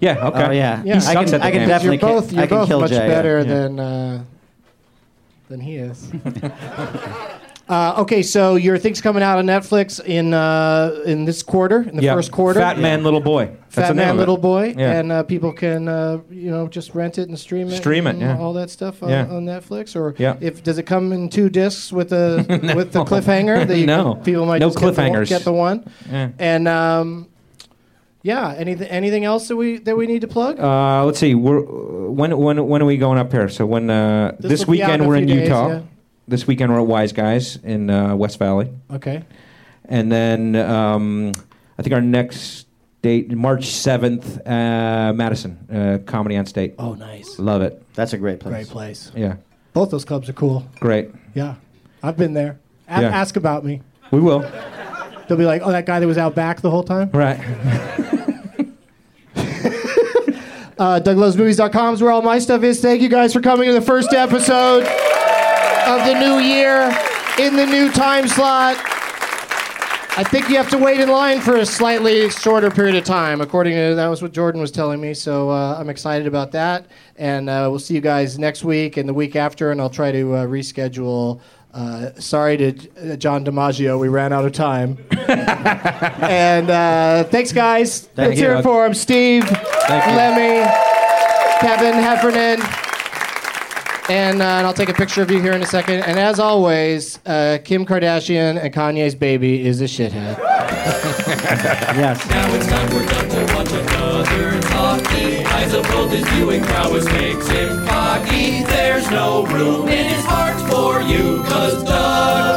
[SPEAKER 4] Yeah. Okay.
[SPEAKER 3] Oh yeah,
[SPEAKER 2] Yeah.
[SPEAKER 3] I
[SPEAKER 2] He
[SPEAKER 4] sucks
[SPEAKER 3] can,
[SPEAKER 4] at the
[SPEAKER 3] I
[SPEAKER 4] game.
[SPEAKER 3] can
[SPEAKER 2] You're
[SPEAKER 3] definitely ki-
[SPEAKER 2] both
[SPEAKER 3] I
[SPEAKER 2] you're
[SPEAKER 3] can
[SPEAKER 2] both
[SPEAKER 3] kill
[SPEAKER 2] much
[SPEAKER 3] Jay.
[SPEAKER 2] better than uh, than he is. uh, okay, so your thing's coming out on Netflix in uh, in this quarter, in the
[SPEAKER 4] Yeah.
[SPEAKER 2] first quarter.
[SPEAKER 4] Fat man, little boy. That's
[SPEAKER 2] Fat
[SPEAKER 4] the name
[SPEAKER 2] Man,
[SPEAKER 4] of it.
[SPEAKER 2] Little Boy,
[SPEAKER 4] Yeah.
[SPEAKER 2] and uh, people can uh, you know just rent it and stream it,
[SPEAKER 4] Stream it,
[SPEAKER 2] and
[SPEAKER 4] yeah.
[SPEAKER 2] all that stuff on,
[SPEAKER 4] Yeah.
[SPEAKER 2] on Netflix. Or
[SPEAKER 4] Yeah.
[SPEAKER 2] if does it come in two discs with a with the cliffhanger? That you
[SPEAKER 4] No.
[SPEAKER 2] can, people might
[SPEAKER 4] No
[SPEAKER 2] just get the one-
[SPEAKER 4] cliffhangers.
[SPEAKER 2] Get the, one,
[SPEAKER 4] Yeah.
[SPEAKER 2] and um, yeah. Anything anything else that we that we need to plug?
[SPEAKER 4] Uh, let's see. We're, when when when are we going up here? So when uh,
[SPEAKER 2] This
[SPEAKER 4] this,
[SPEAKER 2] will be out in
[SPEAKER 4] weekend
[SPEAKER 2] a
[SPEAKER 4] we're in
[SPEAKER 2] few days,
[SPEAKER 4] Utah.
[SPEAKER 2] yeah.
[SPEAKER 4] This weekend we're at Wise Guys in uh, West Valley,
[SPEAKER 2] okay,
[SPEAKER 4] and then um, I think our next date March seventh, uh, Madison uh, Comedy on State.
[SPEAKER 2] Oh, nice.
[SPEAKER 4] Love it.
[SPEAKER 3] That's a great place.
[SPEAKER 2] Great place.
[SPEAKER 4] Yeah,
[SPEAKER 2] Both those clubs are cool.
[SPEAKER 4] great.
[SPEAKER 2] Yeah. I've been there. A-
[SPEAKER 4] Yeah.
[SPEAKER 2] Ask about me.
[SPEAKER 4] We will.
[SPEAKER 2] They'll be like, oh, that guy that was out back the whole time.
[SPEAKER 4] Right.
[SPEAKER 2] Uh, DougLovesMovies.com is where all my stuff is. Thank you guys for coming to the first episode of the new year in the new time slot. I think you have to wait in line for a slightly shorter period of time, according to that was what Jordan was telling me. So uh, I'm excited about that, and uh, we'll see you guys next week and the week after, and I'll try to uh, reschedule. Uh, sorry to uh, John DiMaggio, we ran out of time. and uh, thanks, guys.
[SPEAKER 4] Thank
[SPEAKER 2] Let's
[SPEAKER 4] you,
[SPEAKER 2] hear it
[SPEAKER 4] Doug.
[SPEAKER 2] for him, Steve,
[SPEAKER 4] Thank you.
[SPEAKER 2] Lemmy, Kevin Heffernan. And, uh, and I'll take a picture of you here in a second. And as always, uh, Kim Kardashian and Kanye's baby is a shithead.
[SPEAKER 3] Yes.
[SPEAKER 1] Now it's time we're done to watch another talkie. Eyes of both his viewing prowess makes him cocky. There's no room in his heart for you, cause Doug